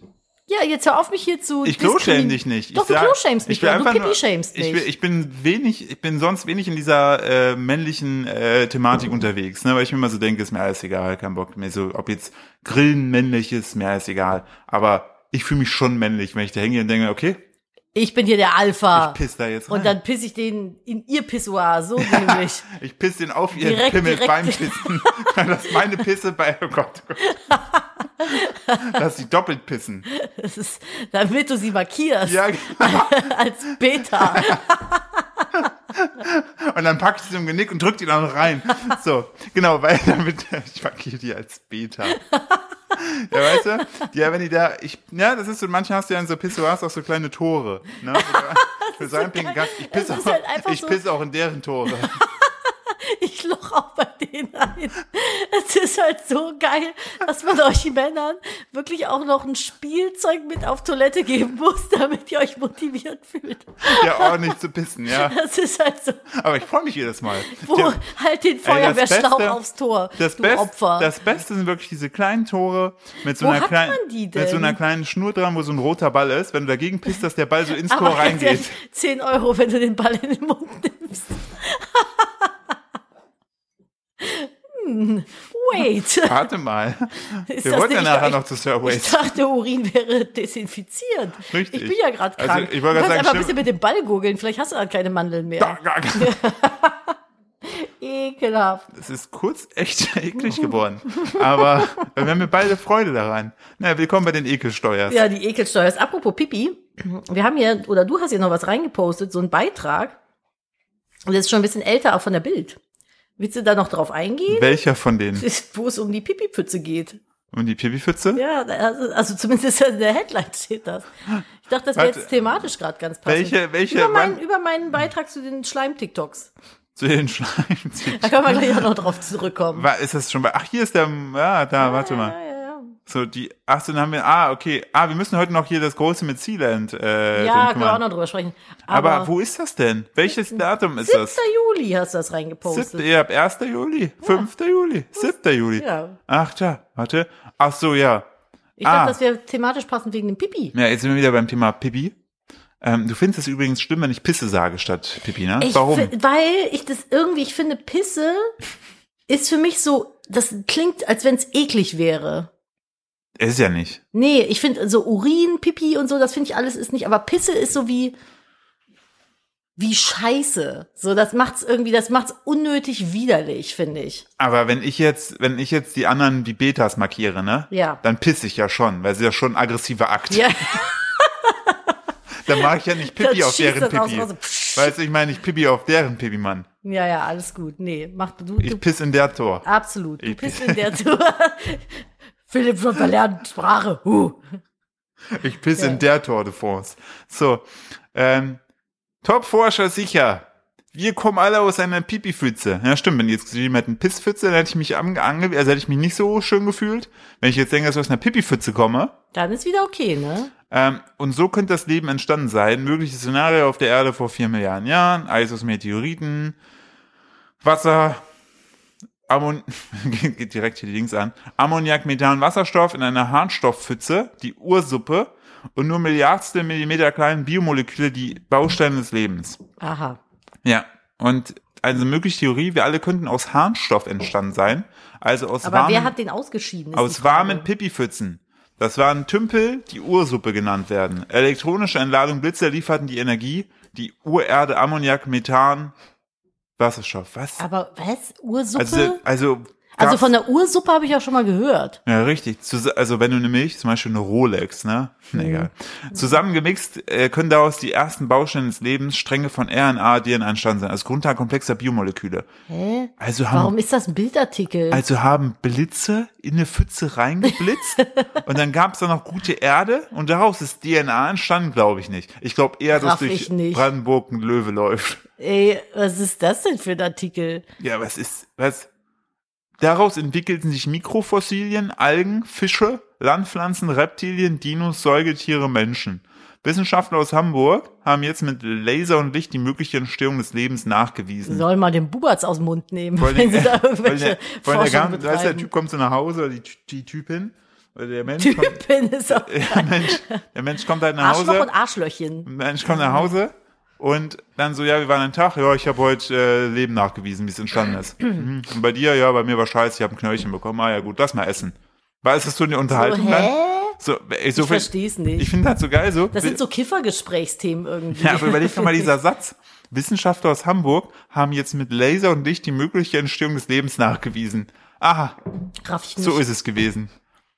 Ja, jetzt hör auf mich hier zu. Ich kloschäme diskrimi- dich nicht. Doch, ich du kloshamest mich, will ja, du einfach nur- pipi-shamest ich, mich. will- ich bin wenig, ich bin sonst wenig in dieser äh, männlichen äh, Thematik unterwegs, ne, weil ich mir immer so denke, ist mir alles egal, kein Bock mehr. So, ob jetzt Grillen männlich ist, mir alles egal. Aber ich fühle mich schon männlich, wenn ich da hänge und denke, okay, Ich bin hier der Alpha. ich piss da jetzt rein. Ah. Und dann pisse ich den in ihr Pissoir, so nämlich. ich piss den auf ihren Direkt, Pimmel direkt. beim Pissen. Dass meine Pisse bei, oh Gott, oh Gott. Dass sie doppelt pissen. Das ist, damit du sie markierst. Ja, Als Beta. Und dann packt sie zum Genick und drückt ihn auch noch rein. So, genau, weil damit, ich markiere die als Beta. Ja, weißt du? Ja, wenn die da, ich, ja, das ist so, manche hast du ja in so Pissoirs auch so kleine Tore, ne? Für so einen pinken Gast. Ich pisse Das auch, ist halt einfach ich so- pisse auch in deren Tore. Ich loch auch bei denen ein. Es ist halt so geil, dass man euch Männern wirklich auch noch ein Spielzeug mit auf Toilette geben muss, damit ihr euch motiviert fühlt. Ja, ordentlich zu pissen, ja. Das ist halt so. Aber ich freue mich jedes Mal. Wo Ja. halt den Ey, das Feuerwehrschlauch Beste- aufs Tor, Das, du Best, Opfer. das Beste sind wirklich diese kleinen Tore mit so, Wo einer hat kleinen, man die denn? mit so einer kleinen Schnur dran, wo so ein roter Ball ist. Wenn du dagegen pisst, dass der Ball so ins Aber Tor reingeht. ganz ehrlich, 10 Euro, wenn du den Ball in den Mund nimmst. Hm, Wait. Warte mal. Ist Wir das wollten ja nicht- nachher ich- noch zu Sir Ich Waste. dachte, Urin wäre desinfiziert. Richtig. Ich bin ja gerade Also, krank. ich wollte gerade du kannst sagen, einfach ein stimmt. bisschen mit dem Ball gurgeln. Vielleicht hast du dann keine Mandeln mehr. Ekelhaft. Es ist kurz echt Oh. eklig geworden. Aber wir haben ja beide Freude daran. Na, willkommen bei den Ekelsteuers. Ja, die Ekelsteuer ist. Apropos Pipi, wir haben hier, oder du hast hier noch was reingepostet, so einen Beitrag. Und das ist schon ein bisschen älter, auch von der Bild. Willst du da noch drauf eingehen? Welcher von denen? Wo es um die Pipi-Pfütze geht. Um die Pipipfütze? Ja, also, also zumindest in der Headline steht das. Ich dachte, das wäre Warte. jetzt thematisch gerade ganz passend. Welche, welche, Über, wann, mein, über meinen Beitrag zu den Schleim-TikToks. zu den Schleim? Da können wir gleich auch noch drauf zurückkommen. Wa- Ist das schon bei, ach, hier ist der, ja, da, warte mal. Ja, ja, ja. So, die, ach, so, dann haben wir, ah, okay, ah, wir müssen heute noch hier das große mit Sealand, äh, ja drum können wir auch kümmern. noch drüber sprechen. Aber, Aber, wo ist das denn? Welches Datum ist 7. das? Juli hast du das Siebte, reingepostet. ihr habt 1. Juli, 5. Juli, 7. Juli. Ja. Ach da, warte. Ach so, ja. Ich dachte, Ah. das wäre thematisch passend wegen dem Pipi. Ja, jetzt sind wir wieder beim Thema Pipi. Ähm, du findest es übrigens schlimm, wenn ich Pisse sage statt Pipi, ne? Ich Warum? fi- Weil ich das irgendwie, ich finde, Pisse ist für mich so, das klingt, als wenn es eklig wäre. Es ist ja nicht. Nee, ich finde so Urin, Pipi und so, das finde ich alles ist nicht, aber Pisse ist so wie wie Scheiße. So, das macht's irgendwie, das macht's unnötig widerlich, finde ich. Aber wenn ich jetzt, wenn ich jetzt die anderen, die Betas markiere, ne? Ja. Dann pisse ich ja schon, weil sie ja schon ein aggressiver Akt. Ja, Dann mache ich ja nicht Pipi Dann auf schießt deren das raus, Pipi. raus, so pfsch. Weißt du, ich meine nicht Pipi auf deren Pipi, Mann. ja, ja, alles gut. Nee, mach du, du Ich pisse in der Tor. absolut. Du Ich- bist in der Tour. Philipp schon verlernt Sprache. Huh. Ich pisse in der Tour de France. So, ähm, Top-Forscher sicher. Wir kommen alle aus einer Pipi-Pfütze. Ja, stimmt. Wenn jetzt geschrieben hätten Piss-Pfütze, dann hätte ich mich ange ange also hätte ich mich nicht so schön gefühlt. Wenn ich jetzt denke, dass ich aus einer Pipi-Pfütze komme. Dann ist wieder okay, ne? Ähm, und so könnte das Leben entstanden sein. Mögliche Szenarien auf der Erde vor vier Milliarden Jahren. Eis aus Meteoriten. Wasser. Ammon geht geht direkt hier die Links an. Ammoniak, Methan, Wasserstoff in einer Harnstoffpfütze, die Ursuppe und nur Milliardstel Millimeter kleinen Biomoleküle, die Bausteine des Lebens. Aha. Ja, und also mögliche Theorie, wir alle könnten aus Harnstoff entstanden sein, also aus Aber wer warmen, hat den ausgeschieden? ist die aus Frage. warmen Pipipfützen. Das waren Tümpel, die Ursuppe genannt werden. Elektronische Entladung Blitzer lieferten die Energie, die Urerde Ammoniak, Methan, Wasserstoff. Was? Aber was? Ursuppe? Also, Also, also, gab's- von der Ursuppe habe ich auch schon mal gehört. ja, richtig. Zus also wenn du eine Milch, zum Beispiel eine Rolex, ne? Mhm. Na, egal. Zusammengemixt äh, können daraus die ersten Bausteine des Lebens, Stränge von RNA, DNA entstanden sein, als Grundlage komplexer Biomoleküle. Hä? Also haben, Warum ist das ein Bildartikel? also haben Blitze in eine Pfütze reingeblitzt und dann gab's da noch gute Erde und daraus ist DNA entstanden, glaube ich nicht. Ich glaube eher, dass Raff durch ich nicht. Brandenburg ein Löwe läuft. Ey, was ist das denn für ein Artikel? Ja, was ist, was? Daraus entwickelten sich Mikrofossilien, Algen, Fische, Landpflanzen, Reptilien, Dinos, Säugetiere, Menschen. Wissenschaftler aus Hamburg haben jetzt mit Laser und Licht die mögliche Entstehung des Lebens Sie nachgewiesen. sollen mal den Bubatz aus dem Mund nehmen, Vor allen wenn sie Dingen- da vor allen irgendwelche Dingen- vor allen Dingen Forschung der, ganze- weißt du, der betreiben. Typ kommt so nach Hause, oder die, Ty- die Typin, oder der Mensch, kommt, Typin ist auch der Mensch, der Mensch kommt halt nach Arschloch Hause. und Arschlöchchen. Mensch kommt nach Hause und dann so, ja, wie war dein Tag? Ja, ich habe heute äh, Leben nachgewiesen, wie es entstanden ist. Mhm. Und bei dir, ja, bei mir war scheiße, ich habe ein Knöllchen bekommen. Ah ja, gut, lass mal essen. Was ist das so eine Unterhaltung So, hä? dann? So, ey, so viel- Ich versteh's nicht. Ich finde das so geil so. Das sind so Kiffergesprächsthemen irgendwie. ja, aber überleg doch mal dieser Satz. Wissenschaftler aus Hamburg haben jetzt mit Laser und Licht die mögliche Entstehung des Lebens nachgewiesen. Aha, Raff ich nicht. so ist es gewesen.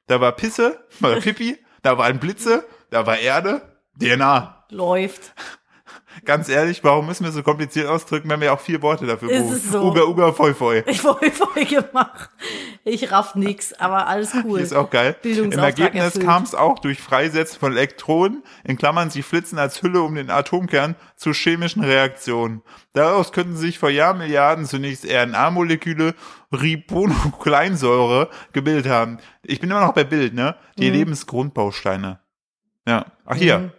Da war Pisse, da war Pipi, da waren Blitze, da war Erde, DNA. Läuft. Ganz ehrlich, warum müssen wir so kompliziert ausdrücken, wenn wir auch vier Worte dafür Ist brauchen? es so? Uga, uga, voll, voll. Ich wurde voll gemacht. Ich raff nix, aber alles cool. Ist auch geil. Im Bildungsauftrag Ergebnis erfüllt. kam es auch durch Freisetzen von Elektronen, in Klammern, sie flitzen als Hülle um den Atomkern, zu chemischen Reaktionen. Daraus könnten sich vor Jahrmilliarden zunächst RNA-Moleküle, Ribonukleinsäure, gebildet haben. Ich bin immer noch bei Bild, ne? Die Lebensgrundbausteine. Ja. Ach hier. Mhm.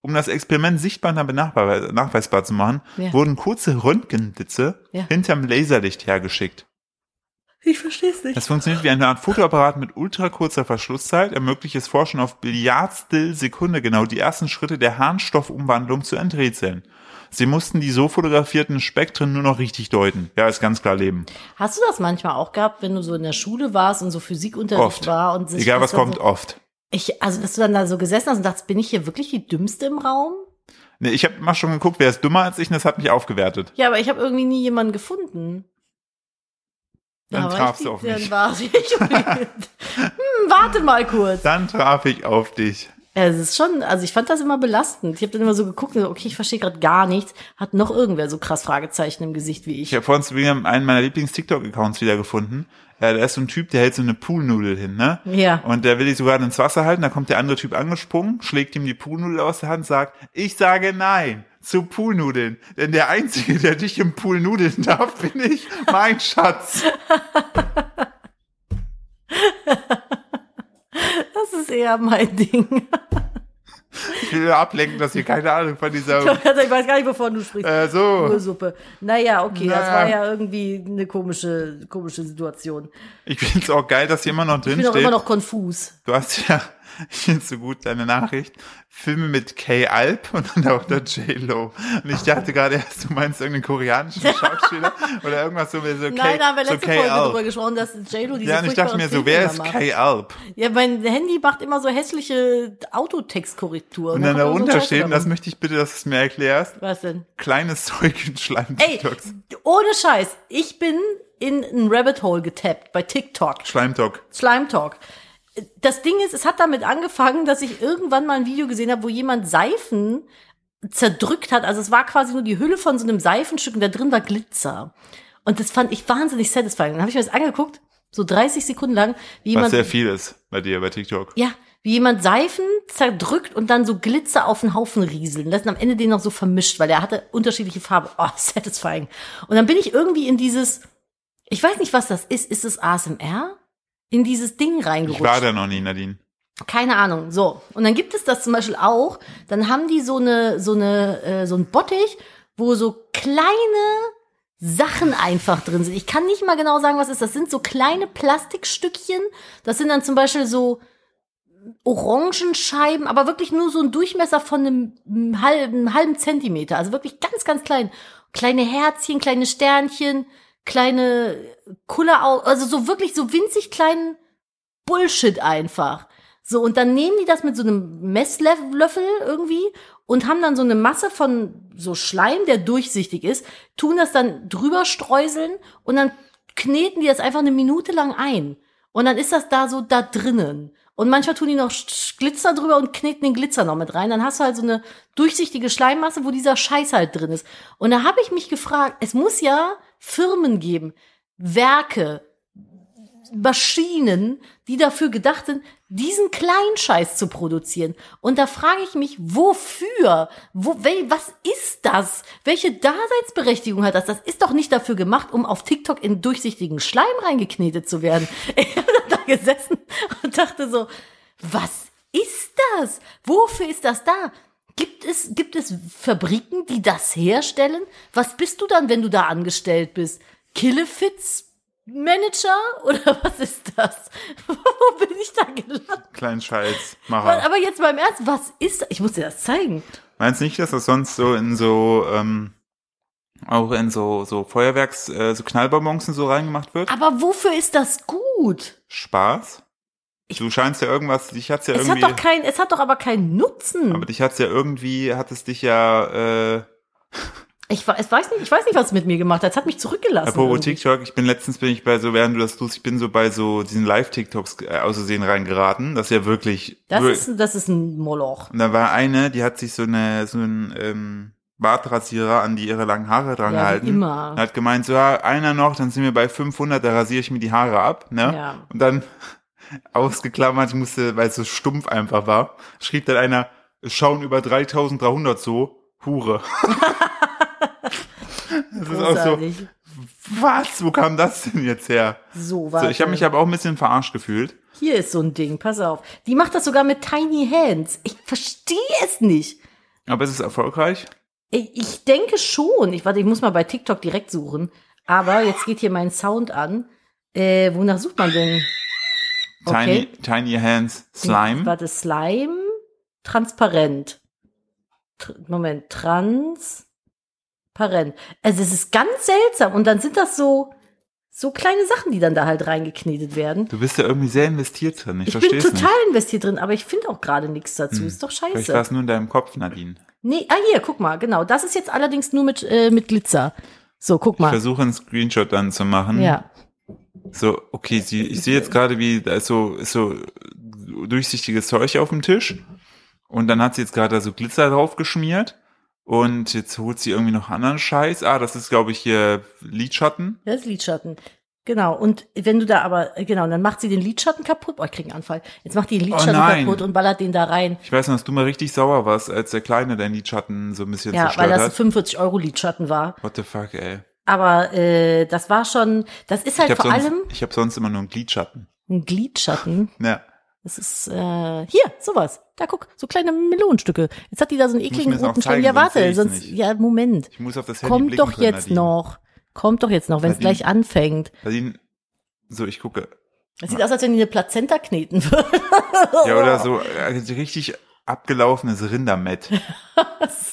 Um das Experiment sichtbar und benachbar- nachweisbar zu machen, Ja. wurden kurze Röntgenblitze Ja. hinterm Laserlicht hergeschickt. Ich versteh's nicht. Das funktioniert wie eine Art Fotoapparat mit ultrakurzer Verschlusszeit, ermöglicht es Forschern auf Billiardstel Sekunde genau die ersten Schritte der Harnstoffumwandlung zu enträtseln. Sie mussten die so fotografierten Spektren nur noch richtig deuten. Ja, ist ganz klar Leben. Hast du das manchmal auch gehabt, wenn du so in der Schule warst und so Physikunterricht Oft. war und sich Egal was das dann kommt, So, oft. ich, also dass du dann da so gesessen hast und dachtest, bin ich hier wirklich die dümmste im Raum? Nee, ich habe immer schon geguckt, wer ist dümmer als ich und das hat mich aufgewertet. Ja, aber ich habe irgendwie nie jemanden gefunden. Dann Aber traf's ich- auf dann mich. War ich hm, warte mal kurz. Dann traf ich auf dich. Ja, Es ist schon, also ich fand das immer belastend. Ich habe dann immer so geguckt und so, okay, ich verstehe gerade gar nichts. Hat noch irgendwer so krass Fragezeichen im Gesicht wie ich? Ich habe vorhin zu Beginn einen meiner Lieblings-TikTok-Accounts wiedergefunden. Ja, da ist so ein Typ, der hält so eine Poolnudel hin, ne? Ja. Und der will die sogar ins Wasser halten. Da kommt der andere Typ angesprungen, schlägt ihm die Poolnudel aus der Hand, sagt, ich sage nein zu Poolnudeln. Denn der Einzige, der dich im Pool nudeln darf, bin ich, mein Schatz. Das ist eher mein Ding. Ich will ablenken, dass wir keine Ahnung von dieser... Also Ich weiß gar nicht, wovon du sprichst. Äh, so, Ursuppe. Naja, okay, das Naja. war ja irgendwie eine komische, komische Situation. ich find's auch geil, dass hier immer noch Ich bin auch drinsteht. immer noch konfus. Du hast ja, ich find's so gut, deine Nachricht, Filme mit Kay Alp und dann auch der J-Lo. Und ich dachte gerade erst, du meinst irgendeinen koreanischen Schauspieler oder irgendwas so mit so Kay Nein, da haben wir so letzte Kay Folge drüber Alp. gesprochen, dass JLo diese Ja, und ich dachte mir so, wer ist kein Kay Alp? Ja, mein Handy macht immer so hässliche Autotextkorrektur. Und dann kommt immer so ein darunter Scheiß stehen, das zusammen. möchte ich bitte, dass du es mir erklärst, Was denn? kleines Zeug in Ey, Schleim-TikToks. ohne Scheiß. Ich bin in ein Rabbit Hole getappt bei TikTok. Schleimtalk. Slime Talk. Das Ding ist, es hat damit angefangen, dass ich irgendwann mal ein Video gesehen habe, wo jemand Seifen zerdrückt hat. Also es war quasi nur die Hülle von so einem Seifenstück und da drin war Glitzer. Und das fand ich wahnsinnig satisfying. Dann habe ich mir das angeguckt, so 30 Sekunden lang, wie Was jemand sehr viel ist bei dir, bei TikTok. ja, wie jemand Seifen zerdrückt und dann so Glitzer auf den Haufen rieseln lässt und am Ende den noch so vermischt, weil er hatte unterschiedliche Farben. Oh, satisfying. Und dann bin ich irgendwie in dieses, ich weiß nicht, was das ist. Ist es ASMR? In dieses Ding Ich reingerutscht. war da noch nie, Nadine. Keine Ahnung. So. Und dann gibt es das zum Beispiel auch. Dann haben die so eine, so eine, äh, so ein Bottich, wo so kleine Sachen einfach drin sind. Ich kann nicht mal genau sagen, was ist. Das sind so kleine Plastikstückchen. Das sind dann zum Beispiel so Orangenscheiben, aber wirklich nur so ein Durchmesser von einem, halben, halben Zentimeter. Also wirklich ganz, ganz klein. Kleine Herzchen, kleine Sternchen, kleine Kulleraugen, also so wirklich so winzig kleinen Bullshit einfach. So, und dann nehmen die das mit so einem Messlöffel irgendwie und haben dann so eine Masse von so Schleim, der durchsichtig ist, tun das dann drüber streuseln und dann kneten die das einfach eine Minute lang ein. Und dann ist das da so da drinnen. Und manchmal tun die noch Sch- Sch- Glitzer drüber und kneten den Glitzer noch mit rein. Dann hast du halt so eine durchsichtige Schleimmasse, wo dieser Scheiß halt drin ist. Und da habe ich mich gefragt, es muss ja Firmen geben, Werke, Maschinen, die dafür gedacht sind, diesen Kleinscheiß zu produzieren. Und da frage ich mich, wofür? Wo, wel, was ist das? Welche Daseinsberechtigung hat das? Das ist doch nicht dafür gemacht, um auf TikTok in durchsichtigen Schleim reingeknetet zu werden. Ich habe da gesessen und dachte so, was ist das? Wofür ist das da? Gibt es, gibt es Fabriken, die das herstellen? Was bist du dann, wenn du da angestellt bist? Killefits Manager oder was ist das? Wo bin ich da gelandet? Kleinen Scheiß, Macher. Aber jetzt mal im Ernst, was ist das? Ich muss dir das zeigen. Meinst du nicht, dass das sonst so in so, ähm, auch in so, so Feuerwerks, äh, so Knallbonbons und so reingemacht wird? Aber wofür ist das gut? Spaß? Du scheinst ja irgendwas, dich hat's ja Es hat irgendwie, doch kein, es hat doch aber keinen Nutzen. aber dich hat's ja irgendwie, hat es dich ja, äh, ich, wa- es weiß nicht, ich weiß nicht, was es mit mir gemacht hat. Es hat mich zurückgelassen. Apropos irgendwie. TikTok, ich bin letztens bin ich bei so, während du das tust, ich bin so bei so diesen Live-TikToks äh, auszusehen reingeraten. Das ist ja wirklich. Das wir- ist, das ist ein Moloch. und da war eine, die hat sich so eine, so ein ähm, Bartrasierer an die ihre langen Haare dran Ja, wie gehalten. immer. Und hat gemeint, so ja, einer noch, dann sind wir bei 500, da rasiere ich mir die Haare ab. Ne? Ja. Und dann ausgeklammert, ich musste, weil es so stumpf einfach war, schrieb dann einer, es schauen über 3300 so, Hure. das ist auch so, Großartig. was? Wo kam das denn jetzt her? So, So, warte. ich habe mich aber auch ein bisschen verarscht gefühlt. Hier ist so ein Ding, pass auf. Die macht das sogar mit Tiny Hands. Ich verstehe es nicht. Aber es ist erfolgreich. Ich- Ich denke schon. Ich warte, ich muss mal bei TikTok direkt suchen. Aber jetzt geht hier mein Sound an. Äh, wonach sucht man denn? Tiny, Tiny Hands Slime. Warte, Slime. Transparent. Tr Moment, transparent. Also es ist ganz seltsam. Und dann sind das so, so kleine Sachen, die dann da halt reingeknetet werden. Du bist ja irgendwie sehr investiert drin. Ich, Ich bin verstehe es total nicht. Hm. investiert drin, aber ich finde auch gerade nichts dazu. Ist doch scheiße. Vielleicht war es nur in deinem Kopf, Nadine. Nee, ah hier, guck mal, genau. Das ist jetzt allerdings nur mit, äh, mit Glitzer. So, guck Ich hm. mal. versuche einen Screenshot dann zu machen. Ja. So, okay, sie, ich sehe jetzt gerade, wie da ist so, ist so durchsichtiges Zeug auf dem Tisch. Und dann hat sie jetzt gerade da so Glitzer drauf geschmiert. Und jetzt holt sie irgendwie noch anderen Scheiß. Ah, das ist, glaube ich, hier Lidschatten. Ne, Das ist Lidschatten. Genau. Und wenn du da aber, genau, dann macht sie den Lidschatten kaputt. Oh, ich krieg einen Anfall. Jetzt macht die den Lidschatten Oh nein. kaputt und ballert den da rein. Ich weiß noch, dass du mal richtig sauer warst, als der Kleine deinen Lidschatten so ein bisschen Ja, weil zerstört das ein hat. 45 Euro Lidschatten war. What the fuck, ey. Aber äh, das war schon, das ist halt Ich habe vor sonst, allem ich hab sonst immer nur einen Glidschatten. ein Glidschatten. Ja, Das ist äh, hier, sowas. Da guck, so kleine Melonenstücke. Jetzt hat die da so einen ekligen mir's noch roten Stern. zeigen, Ja, sonst seh warte, ich's sonst, nicht. ja, Moment. ich muss auf das Handy blicken. Kommt doch können, jetzt Nadine. noch. Kommt doch jetzt noch, wenn es Nadine. gleich anfängt. Nadine, so, ich gucke. Es sieht aus, als wenn die eine Plazenta kneten würde. Oh. Ja, oder so äh, so richtig abgelaufenes Rindermett.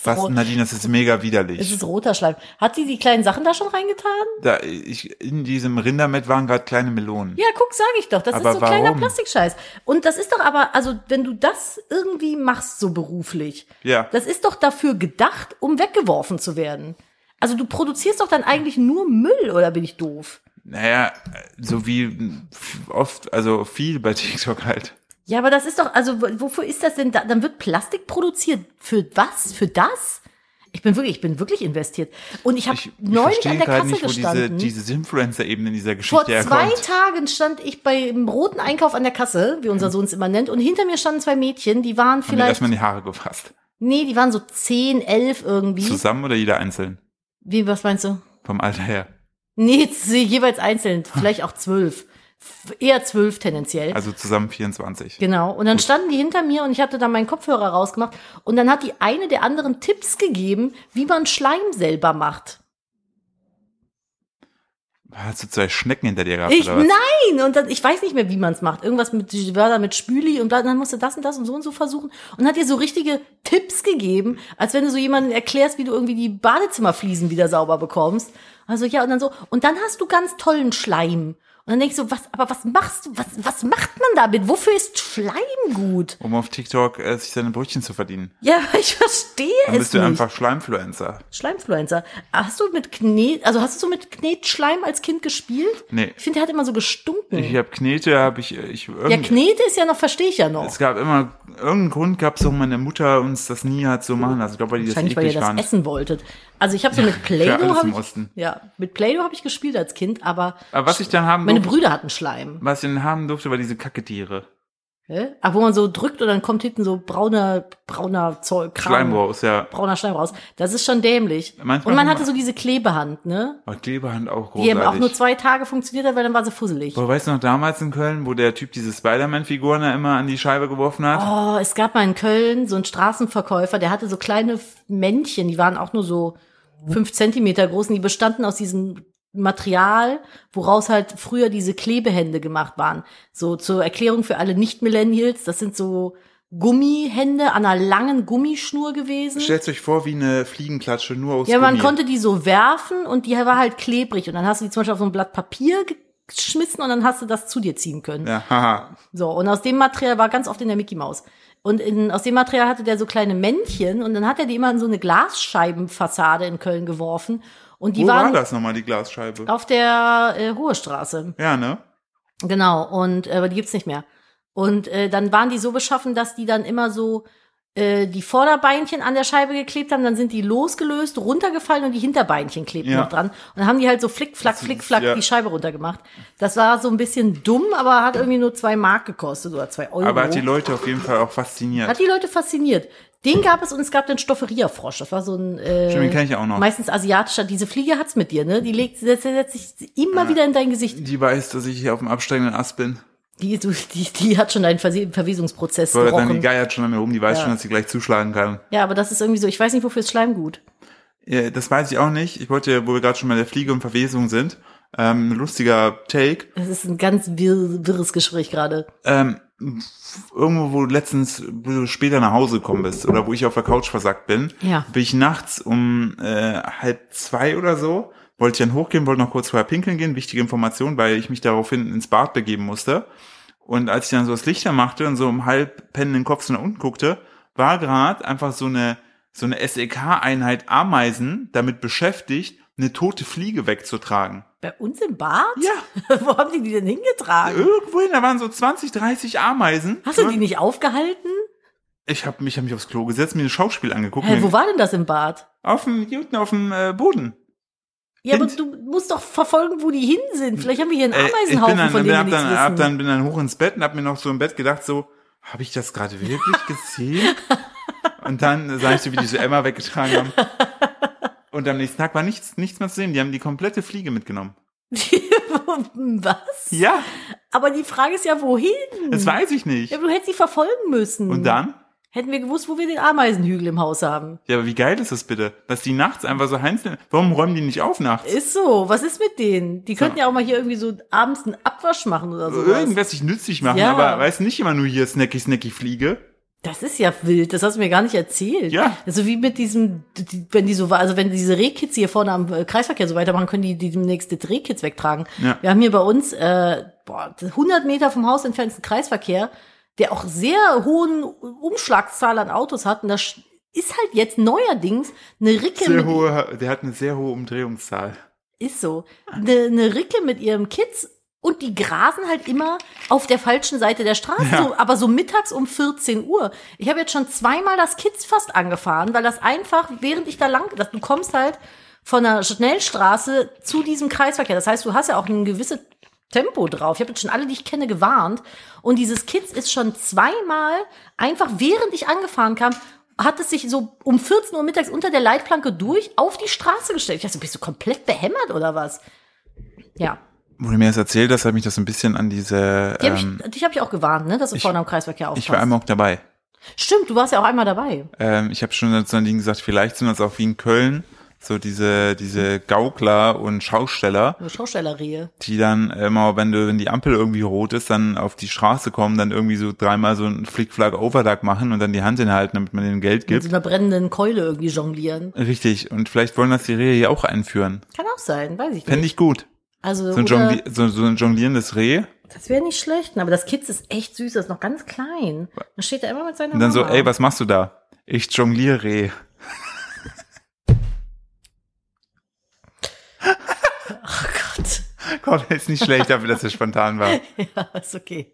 Was, rot. Nadine, das ist mega Oh. Es widerlich. ist roter Schleim. Hat die die kleinen Sachen da schon reingetan? Da, ich, in diesem Rindermett waren gerade kleine Melonen. Ja, guck, sag ich doch. Das Aber ist so kleiner warum? Plastikscheiß. Und das ist doch aber, also wenn du das irgendwie machst, so beruflich, Ja. das ist doch dafür gedacht, um weggeworfen zu werden. Also du produzierst doch dann eigentlich nur Müll, oder bin ich doof? Naja, äh, so wie oft, also viel bei TikTok halt. Ja, aber das ist doch, also w- wofür ist das denn da? Dann wird Plastik produziert. Für was? Für das? Ich bin wirklich, ich bin wirklich investiert. Und ich habe Ich, ich neulich an verstehe der gerade Kasse nicht, wo diese, gestanden. diese Influencer-Ebene in dieser Geschichte Vor zwei herkommt. Tagen stand ich beim roten Einkauf an der Kasse, wie unser Sohn es immer nennt, und hinter mir standen zwei Mädchen, die waren Hm. Haben die vielleicht, erstmal in die Haare gefasst. nee, die waren so 10, 11 irgendwie. Zusammen oder jeder einzeln? Wie, was meinst du? Vom Alter her. Nee, sie jeweils einzeln, vielleicht auch 12. F- Eher 12 tendenziell. Also zusammen 24. Genau. Und dann standen die hinter mir und ich hatte dann meinen Kopfhörer rausgemacht. Und dann hat die eine der anderen Tipps gegeben, wie man Schleim selber macht. Hast du zwei Schnecken hinter dir gehabt Ich, oder was? nein! Und dann, ich weiß nicht mehr, wie man es macht. Irgendwas mit die Wörter mit Spüli und bla- dann musst du das und das und so und so versuchen. Und hat dir so richtige Tipps gegeben, als wenn du so jemandem erklärst, wie du irgendwie die Badezimmerfliesen wieder sauber bekommst. Also ja, und dann so, und dann hast du ganz tollen Schleim. Und dann denkst du, was, aber was machst du, was, was macht man damit? Wofür ist Schleim gut? Um auf TikTok äh, sich seine Brötchen zu verdienen. Ja, ich verstehe Dann es bist du nicht. einfach Schleimfluencer. Schleimfluencer. Hast du mit Knet, also hast du so mit Knetschleim als Kind gespielt? Nee. Ich finde, der hat immer so gestunken. Ich habe Knete, habe ich, äh, ich ja, irgendwie, Knete ist ja noch, verstehe ich ja noch. es gab immer irgendeinen Grund, gab es, warum meine Mutter uns das nie hat so machen lassen. Ich glaube, weil die das Wahrscheinlich, weil ihr eklig das waren. essen wolltet. Also ich habe so mit für alles Play-Doh im habe ich, Osten. ja, mit Play-Doh habe ich gespielt als Kind, aber Aber was ich dann haben meine durfte, Brüder hatten Schleim. was ich dann haben durfte, war diese Kacketiere. Ah. Hä? Aber wo man so drückt und dann kommt hinten so brauner, brauner Zeug, Kram, Schleimrohr ja. brauner Schleim raus. Das ist schon dämlich. Manchmal und man haben hatte wir- so diese Klebehand, ne? Oh, Klebehand auch Die eben großartig. auch nur zwei Tage funktioniert hat, weil dann war sie fusselig. Boah, weißt du noch damals in Köln, wo der Typ diese Spider-Man-Figuren da immer an die Scheibe geworfen hat? Oh, es gab mal in Köln so einen Straßenverkäufer, der hatte so kleine F- Männchen, die waren auch nur so fünf Zentimeter groß und die bestanden aus diesem Material, woraus halt früher diese Klebehände gemacht waren. So zur Erklärung für alle Nicht-Millennials, das sind so Gummihände an einer langen Gummischnur gewesen. Stellt euch vor, wie eine Fliegenklatsche nur aus Oh. Ja, man Gummi. konnte die so werfen und die war halt klebrig und dann hast du die zum Beispiel auf so ein Blatt Papier geschmissen und dann hast du das zu dir ziehen können. Ja, haha. So, und aus dem Material war ganz oft in der Mickey Maus. Und in, aus dem Material hatte der so kleine Männchen und dann hat er die immer in so eine Glasscheibenfassade in Köln geworfen. Und die Wo war waren das nochmal, die Glasscheibe? auf der äh, Hohe Straße. Ja, ne? Genau, und äh, aber die gibt's nicht mehr. Und äh, dann waren die so beschaffen, dass die dann immer so äh, die Vorderbeinchen an der Scheibe geklebt haben, dann sind die losgelöst, runtergefallen und die Hinterbeinchen klebten Ja. noch dran. Und dann haben die halt so flick, flack, flick, flack ja. die Scheibe runtergemacht. Das war so ein bisschen dumm, aber hat irgendwie nur zwei Mark gekostet oder zwei Euro. Aber hat die Leute auf jeden Fall auch fasziniert. Hat die Leute fasziniert. Den gab es und es gab den Stofferierfrosch. Das war so ein äh, Stimmt, den kenn ich auch noch. meistens asiatischer. Diese Fliege hat's mit dir, ne? Die legt, setzt, setzt sich immer wieder in dein Gesicht. die weiß, dass ich hier auf dem absteigenden Ast bin. Die, du- die, die hat schon deinen Verse- Verwesungsprozess Weil dann die gerochen. Geier schon an mir rum, die weiß Ja. schon, dass sie gleich zuschlagen kann. Ja, aber das ist irgendwie so. Ich weiß nicht, wofür ist Schleim gut. Ja, das weiß ich auch nicht. Ich wollte, wo wir gerade schon bei der Fliege und Verwesung sind, ähm, ein lustiger Take. Das ist ein ganz wirr, wirres Gespräch gerade. Ähm, irgendwo, wo du letztens wo du später nach Hause gekommen bist oder wo ich auf der Couch versackt bin, Ja. bin ich nachts um äh, halb zwei oder so, wollte ich dann hochgehen, wollte noch kurz vorher pinkeln gehen, wichtige Information, weil ich mich daraufhin ins Bad begeben musste. Und als ich dann so das Licht anmachte und so um halb pennenden Kopf so nach unten guckte, war gerade einfach so eine, so eine SEK-Einheit Ameisen damit beschäftigt, eine tote Fliege wegzutragen. Bei uns im Bad? Ja. Äh, Wo haben die die denn hingetragen? Irgendwohin, da waren so 20, 30 Ameisen. Hast du Und- die nicht aufgehalten? Ich habe mich, hab mich aufs Klo gesetzt, mir ein Schauspiel angeguckt. Hä, mir- wo war denn das im Bad? auf dem, hier unten auf dem äh, Boden. Ja, aber Hint- du musst doch verfolgen, wo die hin sind. Vielleicht haben wir hier einen Äh, ich Ameisenhaufen, bin dann, von bin, dem wir hab nichts dann, wissen. hab dann, bin dann hoch ins Bett und hab mir noch so im Bett gedacht, so, habe ich das gerade wirklich gesehen? und dann sah ich so, wie die so Emma weggetragen haben. Und am nächsten Tag war nichts, nichts mehr zu sehen. Die haben die komplette Fliege mitgenommen. Was? Ja, Aber die Frage ist ja, wohin? das weiß ich Hm. Ja, hm. nicht. aber du hättest sie verfolgen müssen. Und dann? Hätten wir gewusst, wo wir den Ameisenhügel im Haus haben. Ja, aber wie geil ist das bitte? Dass die nachts einfach so einzeln, warum räumen die nicht auf nachts? Ist so. Was ist mit denen? Die könnten ja auch mal hier irgendwie so abends einen Abwasch machen oder so. Irgendwas sich nützlich machen, Ja. aber weiß nicht immer nur hier Snacky Snacky Fliege. Das ist ja wild. Das hast du mir gar nicht erzählt. Ja. Also wie mit diesem, die- wenn die so, also wenn diese Rehkitze hier vorne am äh, Kreisverkehr so weitermachen, können die, die demnächst die Rehkitz wegtragen. Ja. Wir haben hier bei uns, äh, boah, 100 Meter vom Haus entfernt ist ein Kreisverkehr, der auch sehr hohen Umschlagszahl an Autos hat. Und da sch- ist halt jetzt neuerdings eine Ricke Sehr mit hohe, der hat eine sehr hohe Umdrehungszahl. Ist so. Eine ne Ricke mit ihrem Kids Und die grasen halt immer auf der falschen Seite der Straße, Ja. so, aber so mittags um 14 Uhr. Ich habe jetzt schon zweimal das Kids fast angefahren, weil das einfach, während ich da lang, das, du kommst halt von der Schnellstraße zu diesem Kreisverkehr. Das heißt, du hast ja auch ein gewisses Tempo drauf. Ich habe jetzt schon alle, die ich kenne, gewarnt. Und dieses Kids ist schon zweimal einfach, während ich angefahren kam, hat es sich so um 14 Uhr mittags unter der Leitplanke durch auf die Straße gestellt. Ich dachte, bist du komplett behämmert oder was? Ja. Wo du mir das erzählt hast, hat mich das ein bisschen an diese. Die hab ähm, ich, dich habe ich auch gewarnt, ne, dass du vorne am Kreisverkehr aufpasst. ich war einmal auch dabei. Stimmt, du warst ja auch einmal dabei. Ähm, ich habe schon zu Nadine gesagt, vielleicht sind das auch wie in Köln so diese, diese Gaukler und Schausteller, Eine Schaustellerrehe. die dann immer, wenn du, wenn die Ampel irgendwie rot ist, dann auf die Straße kommen, dann irgendwie so dreimal so einen Flickflack-Overduck machen und dann die Hand hinhalten, damit man denen Geld Mit gibt. so einer brennenden Keule irgendwie jonglieren. Richtig. Und vielleicht wollen das die Rehe hier auch einführen. Kann auch sein, weiß ich nicht. Fände ich gut. Also, So ein, oder- Jongli so, so ein jonglierendes Reh. das wäre nicht schlecht, ne, aber das Kids ist echt süß, das ist noch ganz klein. Dann steht er immer mit seiner Und dann so, Mama. ey, was machst du da? Ich jongliere Reh. Oh Gott. Gott, ist nicht schlecht dafür, dass er spontan war. Ja, ist okay.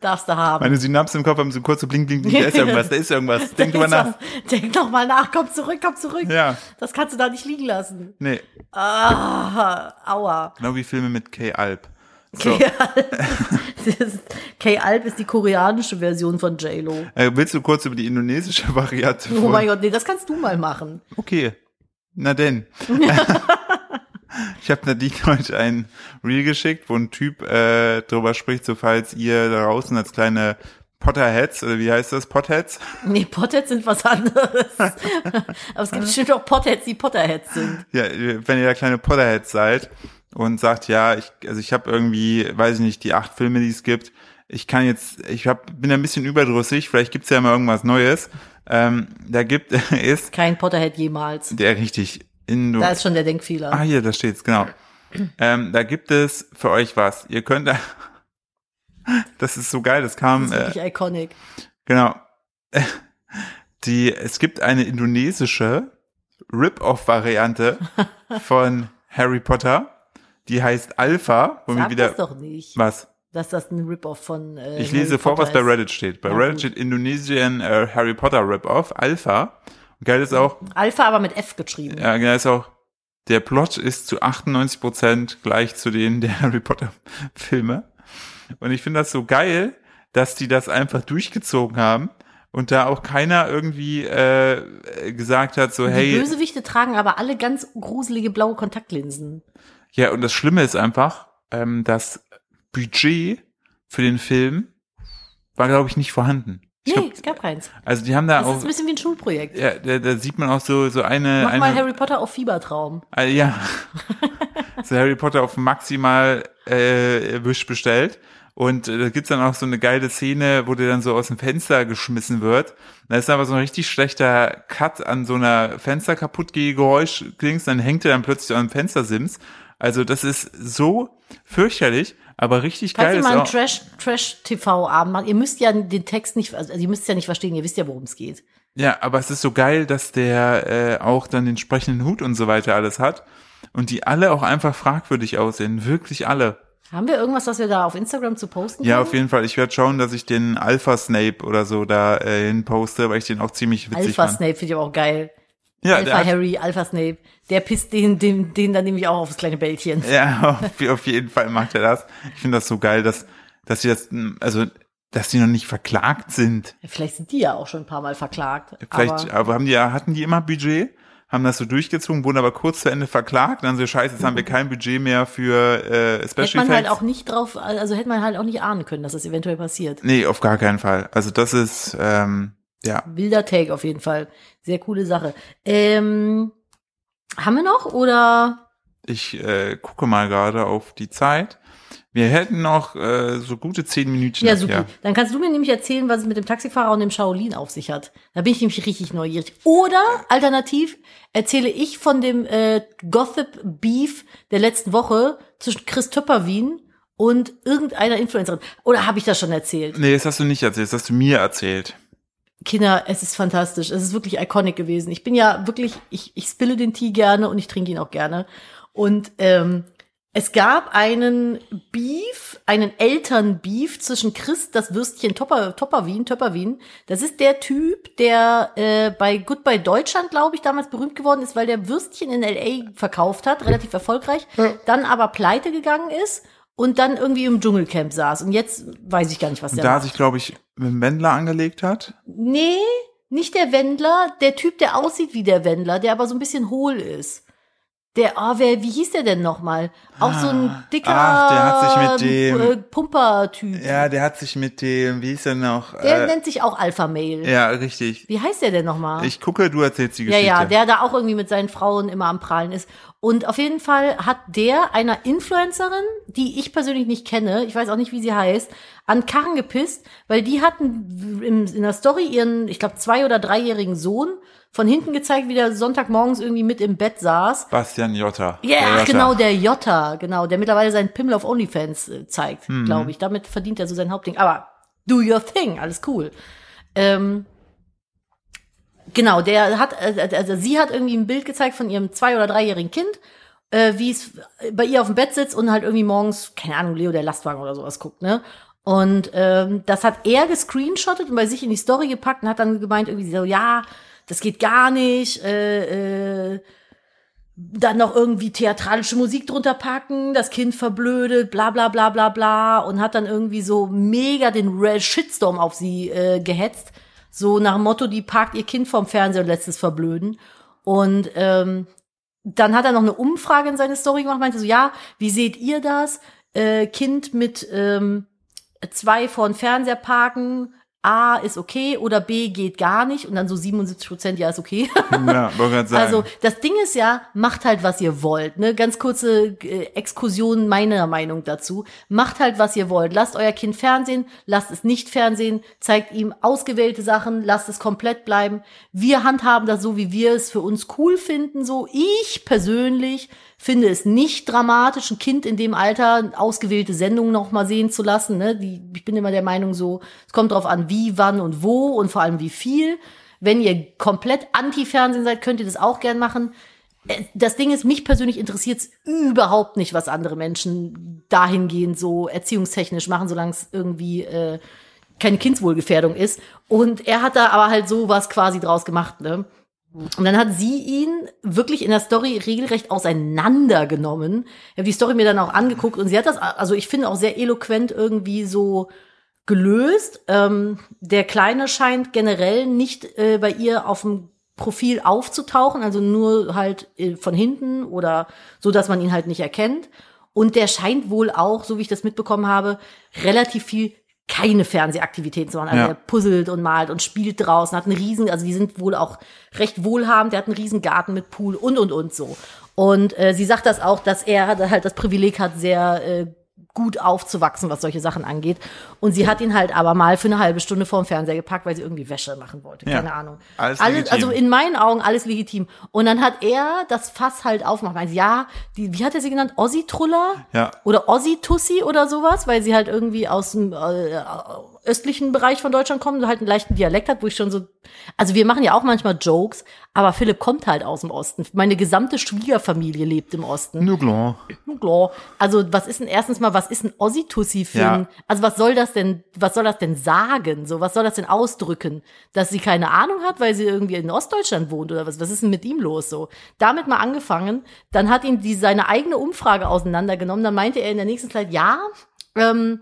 Darfst du haben. Meine Synapsen im Kopf haben so kurz so blink, blink, blink, da ist irgendwas, da ist irgendwas. Denk drüber nach. Denk doch mal nach, komm zurück, komm zurück. Ja, Das kannst du da nicht liegen lassen. nee, Ah, aua. genau wie Filme mit Kay Alp. So, K-Alb K-Alb ist die koreanische Version von J-Lo. äh, willst du kurz über die indonesische Variante? Oh mein wollen? Gott, nee, das kannst du mal machen. Okay, na denn. ich habe Nadine heute ein Reel geschickt, wo ein Typ äh, drüber spricht, so falls ihr da draußen als kleine Potterheads, oder wie heißt das, Potheads? Nee, Potheads sind was anderes. Aber es gibt bestimmt auch Potheads, die Potterheads sind. Ja, wenn ihr da kleine Potterhead seid und sagt, ja, ich, also ich habe irgendwie, weiß ich nicht, die acht Filme, die es gibt. Ich kann jetzt, ich hab, bin ein bisschen überdrüssig, vielleicht gibt's ja mal irgendwas Neues. Ähm, da gibt es, Kein Potterhead jemals. der richtig Indo. Da ist schon der ah, Denkfehler. hier, da steht's, genau. Ähm, da gibt es für euch was. Ihr könnt, das ist so geil, das kam, Das ist äh, wirklich iconic. Genau. Die, es gibt eine indonesische Rip-Off-Variante von Harry Potter. Die heißt Alpha, wo wir Sag wieder. das doch nicht, Was? dass das ein Rip-Off von äh, Ich Harry lese vor, Potter was bei ist. Reddit steht. Bei Ja, Reddit gut. steht Indonesian äh, Harry Potter Rip-Off, Alpha. Und geil Mhm. ist auch, Alpha aber mit F geschrieben. ja, geil ist auch, der Plot ist zu 98% gleich zu denen der Harry Potter Filme. Und ich finde das so geil, dass die das einfach durchgezogen haben und da auch keiner irgendwie äh, gesagt hat, so, Die hey, Bösewichte tragen aber alle ganz gruselige blaue Kontaktlinsen. ja, und das Schlimme ist einfach, ähm, das Budget für den Film war, glaube ich, nicht vorhanden. Ich Nee, glaub, es gab keins. also die haben da Das ist auch, ein bisschen wie ein Schulprojekt. ja, da, da sieht man auch so, so eine, Mach eine mal Harry Potter auf Fiebertraum. Ah, ja. so Harry Potter auf maximal äh, Wisch bestellt. Und äh, da gibt's dann auch so eine geile Szene, wo der dann so aus dem Fenster geschmissen wird. Da ist aber so ein richtig schlechter Cut an so einer Fenster kaputt Geräusch klingst, dann hängt er dann plötzlich am Fenstersims. Also das ist so fürchterlich, aber richtig Falls geil ihr ist mal einen auch. Trash, Trash-TV-Abend macht, ihr müsst ja den Text nicht, also ihr müsst ja nicht verstehen, ihr wisst ja, worum es geht. Ja, aber es ist so geil, dass der äh, auch dann den sprechenden Hut und so weiter alles hat. Und die alle auch einfach fragwürdig aussehen. Wirklich alle. Haben wir irgendwas, was wir da auf Instagram zu posten Ja, können? auf jeden Fall. Ich werde schauen, dass ich den Alpha Snape oder so da äh, hin poste, weil ich den auch ziemlich witzig Alpha fand. Snape finde ich aber auch geil. Ja, Alpha der hat, Harry, Alpha Snape. Der pisst den, den, den dann nämlich auch aufs kleine Bällchen. ja auf, auf jeden Fall macht er das. Ich finde das so geil, dass dass sie das m, also dass die noch nicht verklagt sind. Vielleicht sind die ja auch schon ein paar Mal verklagt. Vielleicht aber aber haben die ja hatten die immer Budget, haben das so durchgezogen, wurden aber kurz zu Ende verklagt, dann so scheiße, jetzt haben wir kein Budget mehr für äh, Special hätte man halt Effects. auch nicht drauf, also hätte man halt auch nicht ahnen können, dass das eventuell passiert. nee, auf gar keinen Fall. Also das ist ähm, ja, Wilder Take auf jeden Fall. Sehr coole Sache. Ähm, haben wir noch oder? ich äh, gucke mal gerade auf die Zeit. Wir hätten noch äh, so gute zehn Minütchen. Ja, super. Dann kannst du mir nämlich erzählen, was es mit dem Taxifahrer und dem Shaolin auf sich hat. Da bin ich nämlich richtig neugierig. Oder alternativ erzähle ich von dem äh, Gossip Beef der letzten Woche zwischen Chris Töpperwien und irgendeiner Influencerin. Oder habe ich das schon erzählt? Nee, das hast du nicht erzählt, das hast du mir erzählt. Kinder, es ist fantastisch. Es ist wirklich iconic gewesen. Ich bin ja wirklich, ich, ich spille den Tee gerne und ich trinke ihn auch gerne. Und ähm, Es gab einen Beef, einen Elternbeef zwischen Chris, das Würstchen Topper, Topperwien, Töpperwien. Das ist der Typ, der äh, bei Goodbye Deutschland, glaube ich, damals berühmt geworden ist, weil der Würstchen in L.A. verkauft hat, relativ erfolgreich, dann aber pleite gegangen ist und dann irgendwie im Dschungelcamp saß. Und jetzt weiß ich gar nicht, was Und der da macht. sich, glaube ich, mit dem Wendler angelegt hat. Nee, nicht der Wendler, der Typ, der aussieht wie der Wendler, der aber so ein bisschen hohl ist. Der, ah, wer, wie hieß der denn nochmal? Auch so ein Ah, dicker ach, der hat sich mit dem- äh, Pumper-Typ. Ja, der hat sich mit dem, wie hieß er noch? der äh, nennt sich auch Alpha Male. ja, richtig. Wie heißt der denn nochmal? Ich gucke, du erzählst die Ja, Geschichte. ja, der da auch irgendwie mit seinen Frauen immer am Prahlen ist. Und auf jeden Fall hat der einer Influencerin, die ich persönlich nicht kenne, ich weiß auch nicht, wie sie heißt, an Karren gepisst, weil die hatten im, in der Story ihren, ich glaube, zwei- oder dreijährigen Sohn von hinten gezeigt, wie der Sonntagmorgens irgendwie mit im Bett saß. Bastian Jotta. Der Ja, ach, Jotta. genau, der Jotta, genau, der mittlerweile seinen Pimmel auf OnlyFans äh, zeigt, glaube ich. Damit verdient er so sein Hauptding. Aber do your thing, alles cool. Ähm, genau, der hat, äh, also sie hat irgendwie ein Bild gezeigt von ihrem zwei- oder dreijährigen Kind, äh, wie es bei ihr auf dem Bett sitzt und halt irgendwie morgens, keine Ahnung, Leo der Lastwagen oder sowas guckt, ne? Und ähm, das hat er gescreenshottet und bei sich in die Story gepackt und hat dann gemeint, irgendwie so, ja, das geht gar nicht, äh, äh, dann noch irgendwie theatralische Musik drunter packen, das Kind verblödet, bla bla bla bla bla und hat dann irgendwie so mega den Re- Shitstorm auf sie äh, gehetzt. So nach dem Motto, die parkt ihr Kind vorm Fernseher und lässt es verblöden. Und ähm, dann hat er noch eine Umfrage in seine Story gemacht, meinte so, ja, wie seht ihr das? Äh, kind mit ähm, zwei vor den Fernseher parken, A ist okay oder B geht gar nicht und dann so 77 Prozent, ja, ist okay. Ja, wollte gerade sagen. Also das Ding ist ja, macht halt, was ihr wollt. Ne? Ganz kurze äh, Exkursion meiner Meinung dazu. Macht halt, was ihr wollt. Lasst euer Kind fernsehen, lasst es nicht fernsehen, zeigt ihm ausgewählte Sachen, lasst es komplett bleiben. Wir handhaben das so, wie wir es für uns cool finden. So ich persönlich finde es nicht dramatisch, ein Kind in dem Alter ausgewählte Sendungen noch mal sehen zu lassen. Ne? Die, ich bin immer der Meinung so, es kommt drauf an, wie, wann und wo und vor allem wie viel. Wenn ihr komplett anti-Fernsehen seid, könnt ihr das auch gern machen. Äh, Das Ding ist, mich persönlich interessiert es überhaupt nicht, was andere Menschen dahingehend so erziehungstechnisch machen, solange es irgendwie äh, keine Kindswohlgefährdung ist. Und er hat da aber halt sowas quasi draus gemacht, ne? Und dann hat sie ihn wirklich in der Story regelrecht auseinandergenommen. Ich habe die Story mir dann auch angeguckt und sie hat das, also ich finde auch sehr eloquent irgendwie so gelöst. Ähm, der Kleine scheint generell nicht äh, bei ihr auf dem Profil aufzutauchen, also nur halt äh, von hinten oder so, dass man ihn halt nicht erkennt. Und der scheint wohl auch, so wie ich das mitbekommen habe, relativ viel keine Fernsehaktivitäten zu machen. Also Ja. der puzzelt und malt und spielt draußen, hat einen riesen, also die sind wohl auch recht wohlhabend, der hat einen riesen Garten mit Pool und und und so. Und äh, sie sagt das auch, dass er halt das Privileg hat, sehr äh, gut aufzuwachsen, was solche Sachen angeht. Und sie hat ihn halt aber mal für eine halbe Stunde vorm Fernseher gepackt, weil sie irgendwie Wäsche machen wollte. Ja. Keine Ahnung. Alles legitim. also in meinen Augen alles legitim. Und dann hat er das Fass halt aufgemacht. Meint, ja, die, wie hat er sie genannt? Ossi-Truller? Ja. Oder Ossi-Tussi oder sowas, weil sie halt irgendwie aus dem äh, östlichen Bereich von Deutschland kommen, halt einen leichten Dialekt hat, wo ich schon so, also wir machen ja auch manchmal Jokes, aber Philipp kommt halt aus dem Osten. Meine gesamte Schwiegerfamilie lebt im Osten. Nuglon. Na klar. Also, was ist denn erstens mal, was ist ein Ossi-Tussi für Ja. ein, also was soll das denn, was soll das denn sagen? So, was soll das denn ausdrücken? Dass sie keine Ahnung hat, weil sie irgendwie in Ostdeutschland wohnt oder was? Was ist denn mit ihm los? So, damit mal angefangen. Dann hat ihn die, seine eigene Umfrage auseinandergenommen. Dann meinte er in der nächsten Zeit, ja, ähm,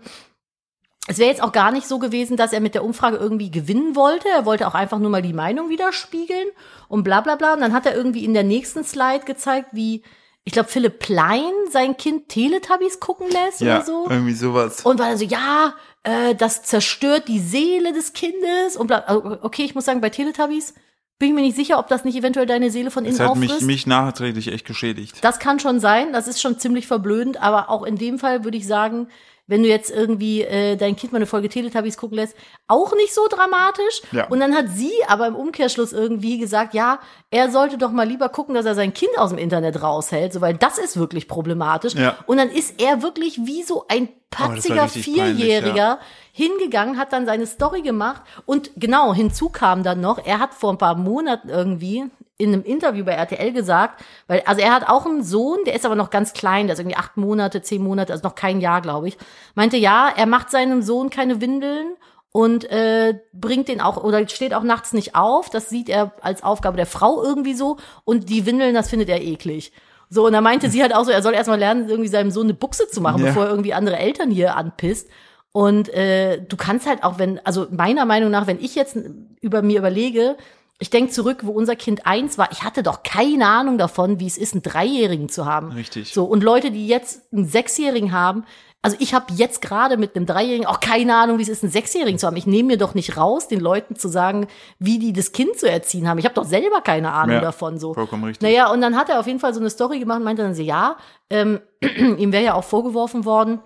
es wäre jetzt auch gar nicht so gewesen, dass er mit der Umfrage irgendwie gewinnen wollte. Er wollte auch einfach nur mal die Meinung widerspiegeln und bla bla bla. Und dann hat er irgendwie in der nächsten Slide gezeigt, wie, ich glaube, Philipp Plein sein Kind Teletubbies gucken lässt Ja, oder so. irgendwie sowas. Und war dann so, ja, äh, das zerstört die Seele des Kindes und bla. Also, Okay, ich muss sagen, bei Teletubbies bin ich mir nicht sicher, ob das nicht eventuell deine Seele von innen Es hat mich, auffrisst. mich nachträglich echt geschädigt. Das kann schon sein, das ist schon ziemlich verblödend, aber auch in dem Fall würde ich sagen, wenn du jetzt irgendwie äh, dein Kind mal eine Folge Teletubbies gucken lässt, auch nicht so dramatisch. Ja. Und dann hat sie aber im Umkehrschluss irgendwie gesagt, ja, er sollte doch mal lieber gucken, dass er sein Kind aus dem Internet raushält, so, weil das ist wirklich problematisch. Ja. Und dann ist er wirklich wie so ein das war patziger richtig Vierjähriger peinlich, hingegangen, hat dann seine Story gemacht und genau, hinzu kam dann noch, er hat vor ein paar Monaten irgendwie in einem Interview bei RTL gesagt, weil, also er hat auch einen Sohn, der ist aber noch ganz klein, der ist irgendwie acht Monate, zehn Monate, also noch kein Jahr, glaube ich, meinte, ja, er macht seinem Sohn keine Windeln und äh, bringt den auch oder steht auch nachts nicht auf. Das sieht er als Aufgabe der Frau irgendwie so und die Windeln, das findet er eklig. So, und da meinte sie halt auch so, er soll erstmal lernen, irgendwie seinem Sohn eine Buchse zu machen, Ja. bevor er irgendwie andere Eltern hier anpisst. Und äh, du kannst halt auch, wenn, also meiner Meinung nach, wenn ich jetzt über mir überlege, ich denke zurück, wo unser Kind eins war, ich hatte doch keine Ahnung davon, wie es ist, einen Dreijährigen zu haben. Richtig. So, und Leute, die jetzt einen Sechsjährigen haben, also ich habe jetzt gerade mit einem Dreijährigen auch keine Ahnung, wie es ist, einen Sechsjährigen zu haben. Ich nehme mir doch nicht raus, den Leuten zu sagen, wie die das Kind zu erziehen haben. Ich habe doch selber keine Ahnung Ja, davon. So. vollkommen richtig. Naja, und dann hat er auf jeden Fall so eine Story gemacht und meinte dann so, ja, ähm, ihm wäre ja auch vorgeworfen worden,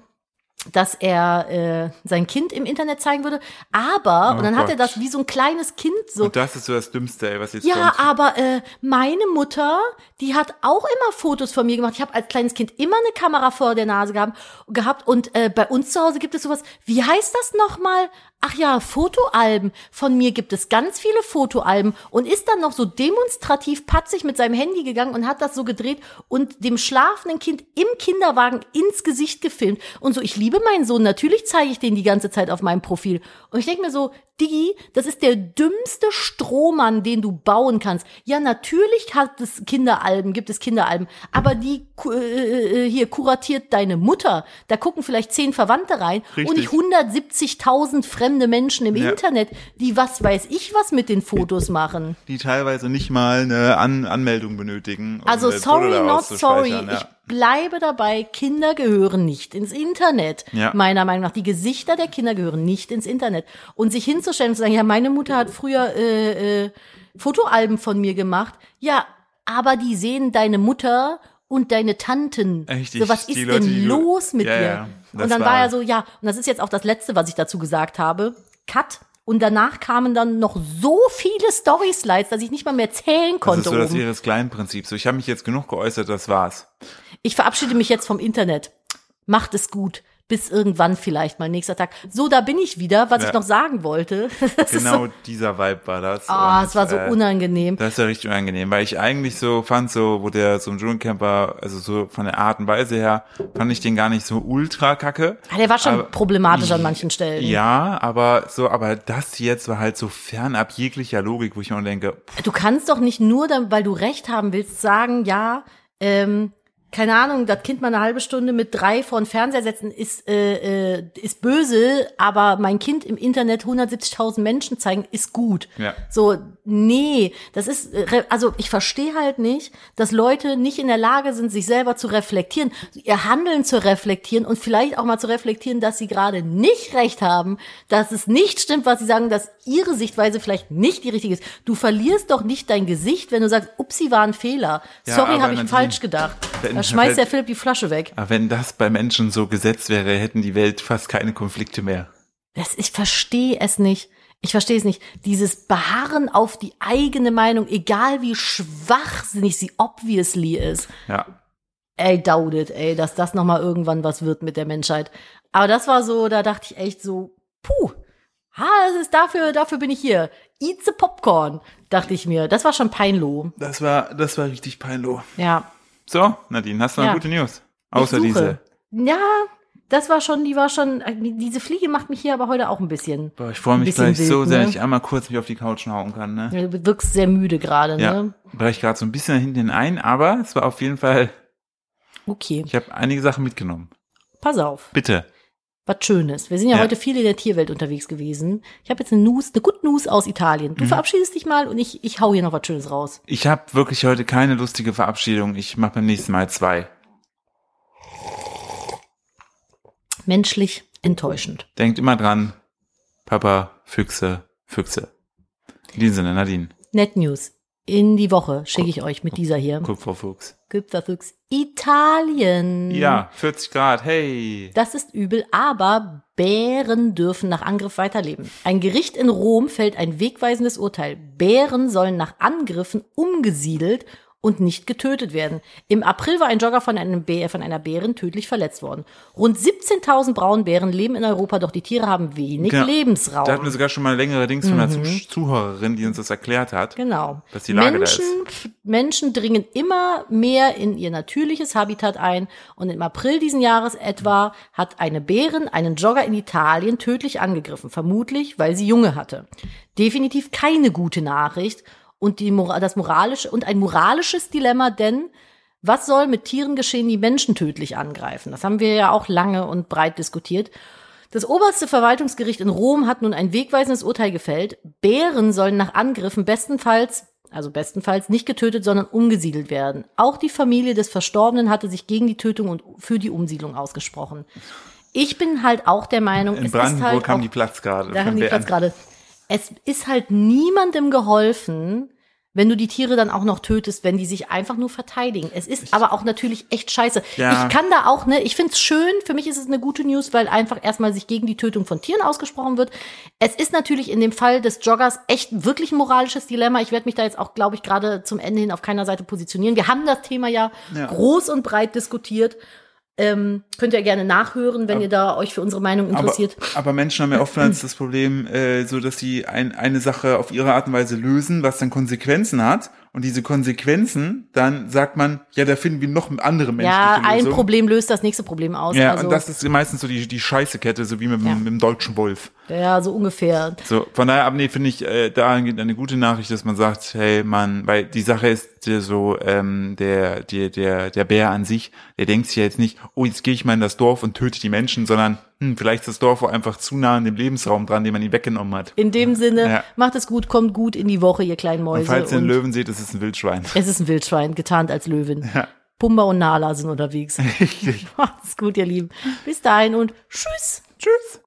dass er äh, sein Kind im Internet zeigen würde. Aber, Oh und dann hat er Gott. das wie so ein kleines Kind so Und das ist so das Dümmste, ey, was jetzt ja, kommt. aber äh, meine Mutter, die hat auch immer Fotos von mir gemacht. Ich habe als kleines Kind immer eine Kamera vor der Nase gehabt, gehabt und äh, bei uns zu Hause gibt es sowas. Wie heißt das nochmal? Ach ja, Fotoalben. Von mir gibt es ganz viele Fotoalben und ist dann noch so demonstrativ patzig mit seinem Handy gegangen und hat das so gedreht und dem schlafenden Kind im Kinderwagen ins Gesicht gefilmt. Und so, ich liebe meinen Sohn, natürlich zeige ich den die ganze Zeit auf meinem Profil. Und ich denke mir so, Digi, das ist der dümmste Strohmann, den du bauen kannst. Ja, natürlich hat es Kinderalben, gibt es Kinderalben, aber die ku- äh, äh, hier kuratiert deine Mutter. Da gucken vielleicht zehn Verwandte rein und Richtig. nicht 170.000 fremde Menschen im Ja. Internet, die was weiß ich was mit den Fotos machen. Die teilweise nicht mal eine An Anmeldung benötigen. um Also das sorry, Foto da not sorry. auszuspeichern, Ich bleibe dabei, Kinder gehören nicht ins Internet. Ja. Meiner Meinung nach. Die Gesichter der Kinder gehören nicht ins Internet. Und sich hinzustellen und zu sagen, ja, meine Mutter hat früher äh, äh, Fotoalben von mir gemacht. Ja, aber die sehen deine Mutter und deine Tanten. Echt, so, ich- was die ist Leute, die denn du- los mit Ja, dir? ja, das und dann war, war- er so, ja, und das ist jetzt auch das Letzte, was ich dazu gesagt habe. Cut. Und danach kamen dann noch so viele Story-Slides, dass ich nicht mal mehr zählen Das konnte. ist so das oben. ihres kleinen Prinzip. So, ich habe mich jetzt genug geäußert, das war's. Ich verabschiede mich jetzt vom Internet. Macht es gut. Bis irgendwann vielleicht mal nächster Tag. So, da bin ich wieder, was Ja. ich noch sagen wollte. Das ist Genau dieser Vibe war das. so, Ah, Und, es war so äh, unangenehm. Das ist ja richtig unangenehm, weil ich eigentlich so fand, so, wo der so ein Dschungelcamper, also so von der Art und Weise her, fand ich den gar nicht so ultra kacke. Ah, der war schon aber- problematisch an manchen Stellen. Ja, aber so, aber das jetzt war halt so fernab jeglicher Logik, wo ich mir denke, pff, Du kannst doch nicht nur, dann, weil du recht haben willst, sagen, ja, ähm, keine Ahnung, das Kind mal eine halbe Stunde mit drei vor den Fernseher setzen ist, äh, äh, ist böse, aber mein Kind im Internet 170.000 Menschen zeigen ist gut. Ja. So, nee, das ist, äh, re- also ich verstehe halt nicht, dass Leute nicht in der Lage sind, sich selber zu reflektieren, ihr Handeln zu reflektieren und vielleicht auch mal zu reflektieren, dass sie gerade nicht recht haben, dass es nicht stimmt, was sie sagen, dass ihre Sichtweise vielleicht nicht die richtige ist. Du verlierst doch nicht dein Gesicht, wenn du sagst, upsi, war ein Fehler. Ja, Sorry, aber habe ich Nadine, falsch gedacht. wenn- Da schmeißt der wenn- Philipp die Flasche weg. aber wenn das bei Menschen so gesetzt wäre, hätten die Welt fast keine Konflikte mehr. Das, ich verstehe es nicht. Ich verstehe es nicht. Dieses Beharren auf die eigene Meinung, egal wie schwachsinnig sie obviously ist. Ja. Ey, doubt it, ey, dass das nochmal irgendwann was wird mit der Menschheit. Aber das war so, da dachte ich echt so, puh, ha, das ist dafür, dafür bin ich hier. Eat the Popcorn, dachte ich mir. Das war schon peinloh. Das war, das war richtig peinlich. Ja. So, Nadine, hast du noch Ja. gute News? Ich Außer suche. diese. Ja, das war schon, die war schon, diese Fliege macht mich hier aber heute auch ein bisschen. Boah, ich freue mich Bisschen gleich so wild, sehr, ne? wenn ich einmal kurz mich auf die Couch hauen kann, ne? Du wirkst sehr müde gerade, Ja. ne? Brech gerade so ein bisschen hinten ein, aber es war auf jeden Fall, Okay, ich habe einige Sachen mitgenommen. pass auf. Bitte. Was Schönes. Wir sind ja, Ja. heute viel in der Tierwelt unterwegs gewesen. Ich habe jetzt eine News, eine Good News aus Italien. Du verabschiedest dich mal und ich, ich hau hier noch was Schönes raus. Ich habe wirklich heute keine lustige Verabschiedung. Ich mache beim nächsten Mal zwei. menschlich enttäuschend. Denkt immer dran, Papa, Füchse, Füchse. In diesem Sinne, Nadine, Net News. In die Woche schicke ich euch mit dieser hier. guck vor Fuchs. Gipfelfuchs. Italien. Ja, 40 Grad, hey. Das ist übel, aber Bären dürfen nach Angriff weiterleben. Ein Gericht in Rom fällt ein wegweisendes Urteil. Bären sollen nach Angriffen umgesiedelt und nicht getötet werden. Im April war ein Jogger von, einem Bär, von einer Bärin tödlich verletzt worden. Rund 17.000 Braunbären leben in Europa, doch die Tiere haben wenig Genau. Lebensraum. Da hatten wir sogar schon mal längere Dings von einer Mhm. Zuh- Zuhörerin, die uns das erklärt hat. Genau. Dass die Lage da Menschen, Menschen dringen immer mehr in ihr natürliches Habitat ein und im April diesen Jahres etwa hat eine Bärin einen Jogger in Italien tödlich angegriffen, vermutlich weil sie Junge hatte. Definitiv keine gute Nachricht und die, Mora- das moralische und ein moralisches Dilemma, denn was soll mit Tieren geschehen, die Menschen tödlich angreifen? Das haben wir ja auch lange und breit diskutiert. Das oberste Verwaltungsgericht in Rom hat nun ein wegweisendes Urteil gefällt. Bären sollen nach Angriffen bestenfalls, also bestenfalls nicht getötet, sondern umgesiedelt werden. Auch die Familie des Verstorbenen hatte sich gegen die Tötung und für die Umsiedlung ausgesprochen. Ich bin halt auch der Meinung, In es ist Brandenburg halt haben auch- die Platz gerade. da haben die Platz gerade. Es ist halt niemandem geholfen, wenn du die Tiere dann auch noch tötest, wenn die sich einfach nur verteidigen. Es ist aber auch natürlich echt scheiße. Ja. Ich kann da auch, ne, ich find's schön, für mich ist es eine gute News, weil einfach erstmal sich gegen die Tötung von Tieren ausgesprochen wird. Es ist natürlich in dem Fall des Joggers echt wirklich ein moralisches Dilemma. Ich werde mich da jetzt auch, glaube ich, gerade zum Ende hin auf keiner Seite positionieren. Wir haben das Thema ja, Ja. groß und breit diskutiert. Ähm, könnt ihr gerne nachhören, wenn ihr da euch für occasionsweise unsere Meinung Aber, interessiert. aber Menschen haben ja oftmals das Problem, äh, so dass sie ein, eine Sache auf ihre Art und Weise lösen, was dann Konsequenzen hat. Und diese Konsequenzen, dann sagt man, ja, da finden wir noch andere menschliche Ja, ein Lösung. Problem löst das nächste Problem aus. Ja, also, und das ist meistens so die, die Scheißekette, so wie mit, Ja. mit dem deutschen Wolf. ja, so ungefähr. So, von daher, aber nee, finde ich äh, dahingehend eine gute Nachricht, dass man sagt, hey, man, weil die Sache ist der so, ähm, der, der, der, der Bär an sich, der denkt sich ja jetzt nicht, oh, jetzt gehe ich mal in das Dorf und töte die Menschen, sondern hm, vielleicht ist das Dorf auch einfach zu nah an dem Lebensraum dran, den man ihm weggenommen hat. In dem Sinne, Ja. macht es gut, kommt gut in die Woche, ihr kleinen Mäuse. Und falls ihr einen Also Und Löwen seht, ist es ein Wildschwein. es ist ein Wildschwein, getarnt als Löwin. Pumba und Nala sind unterwegs. Macht's gut, ihr Lieben. Bis dahin und tschüss. Tschüss.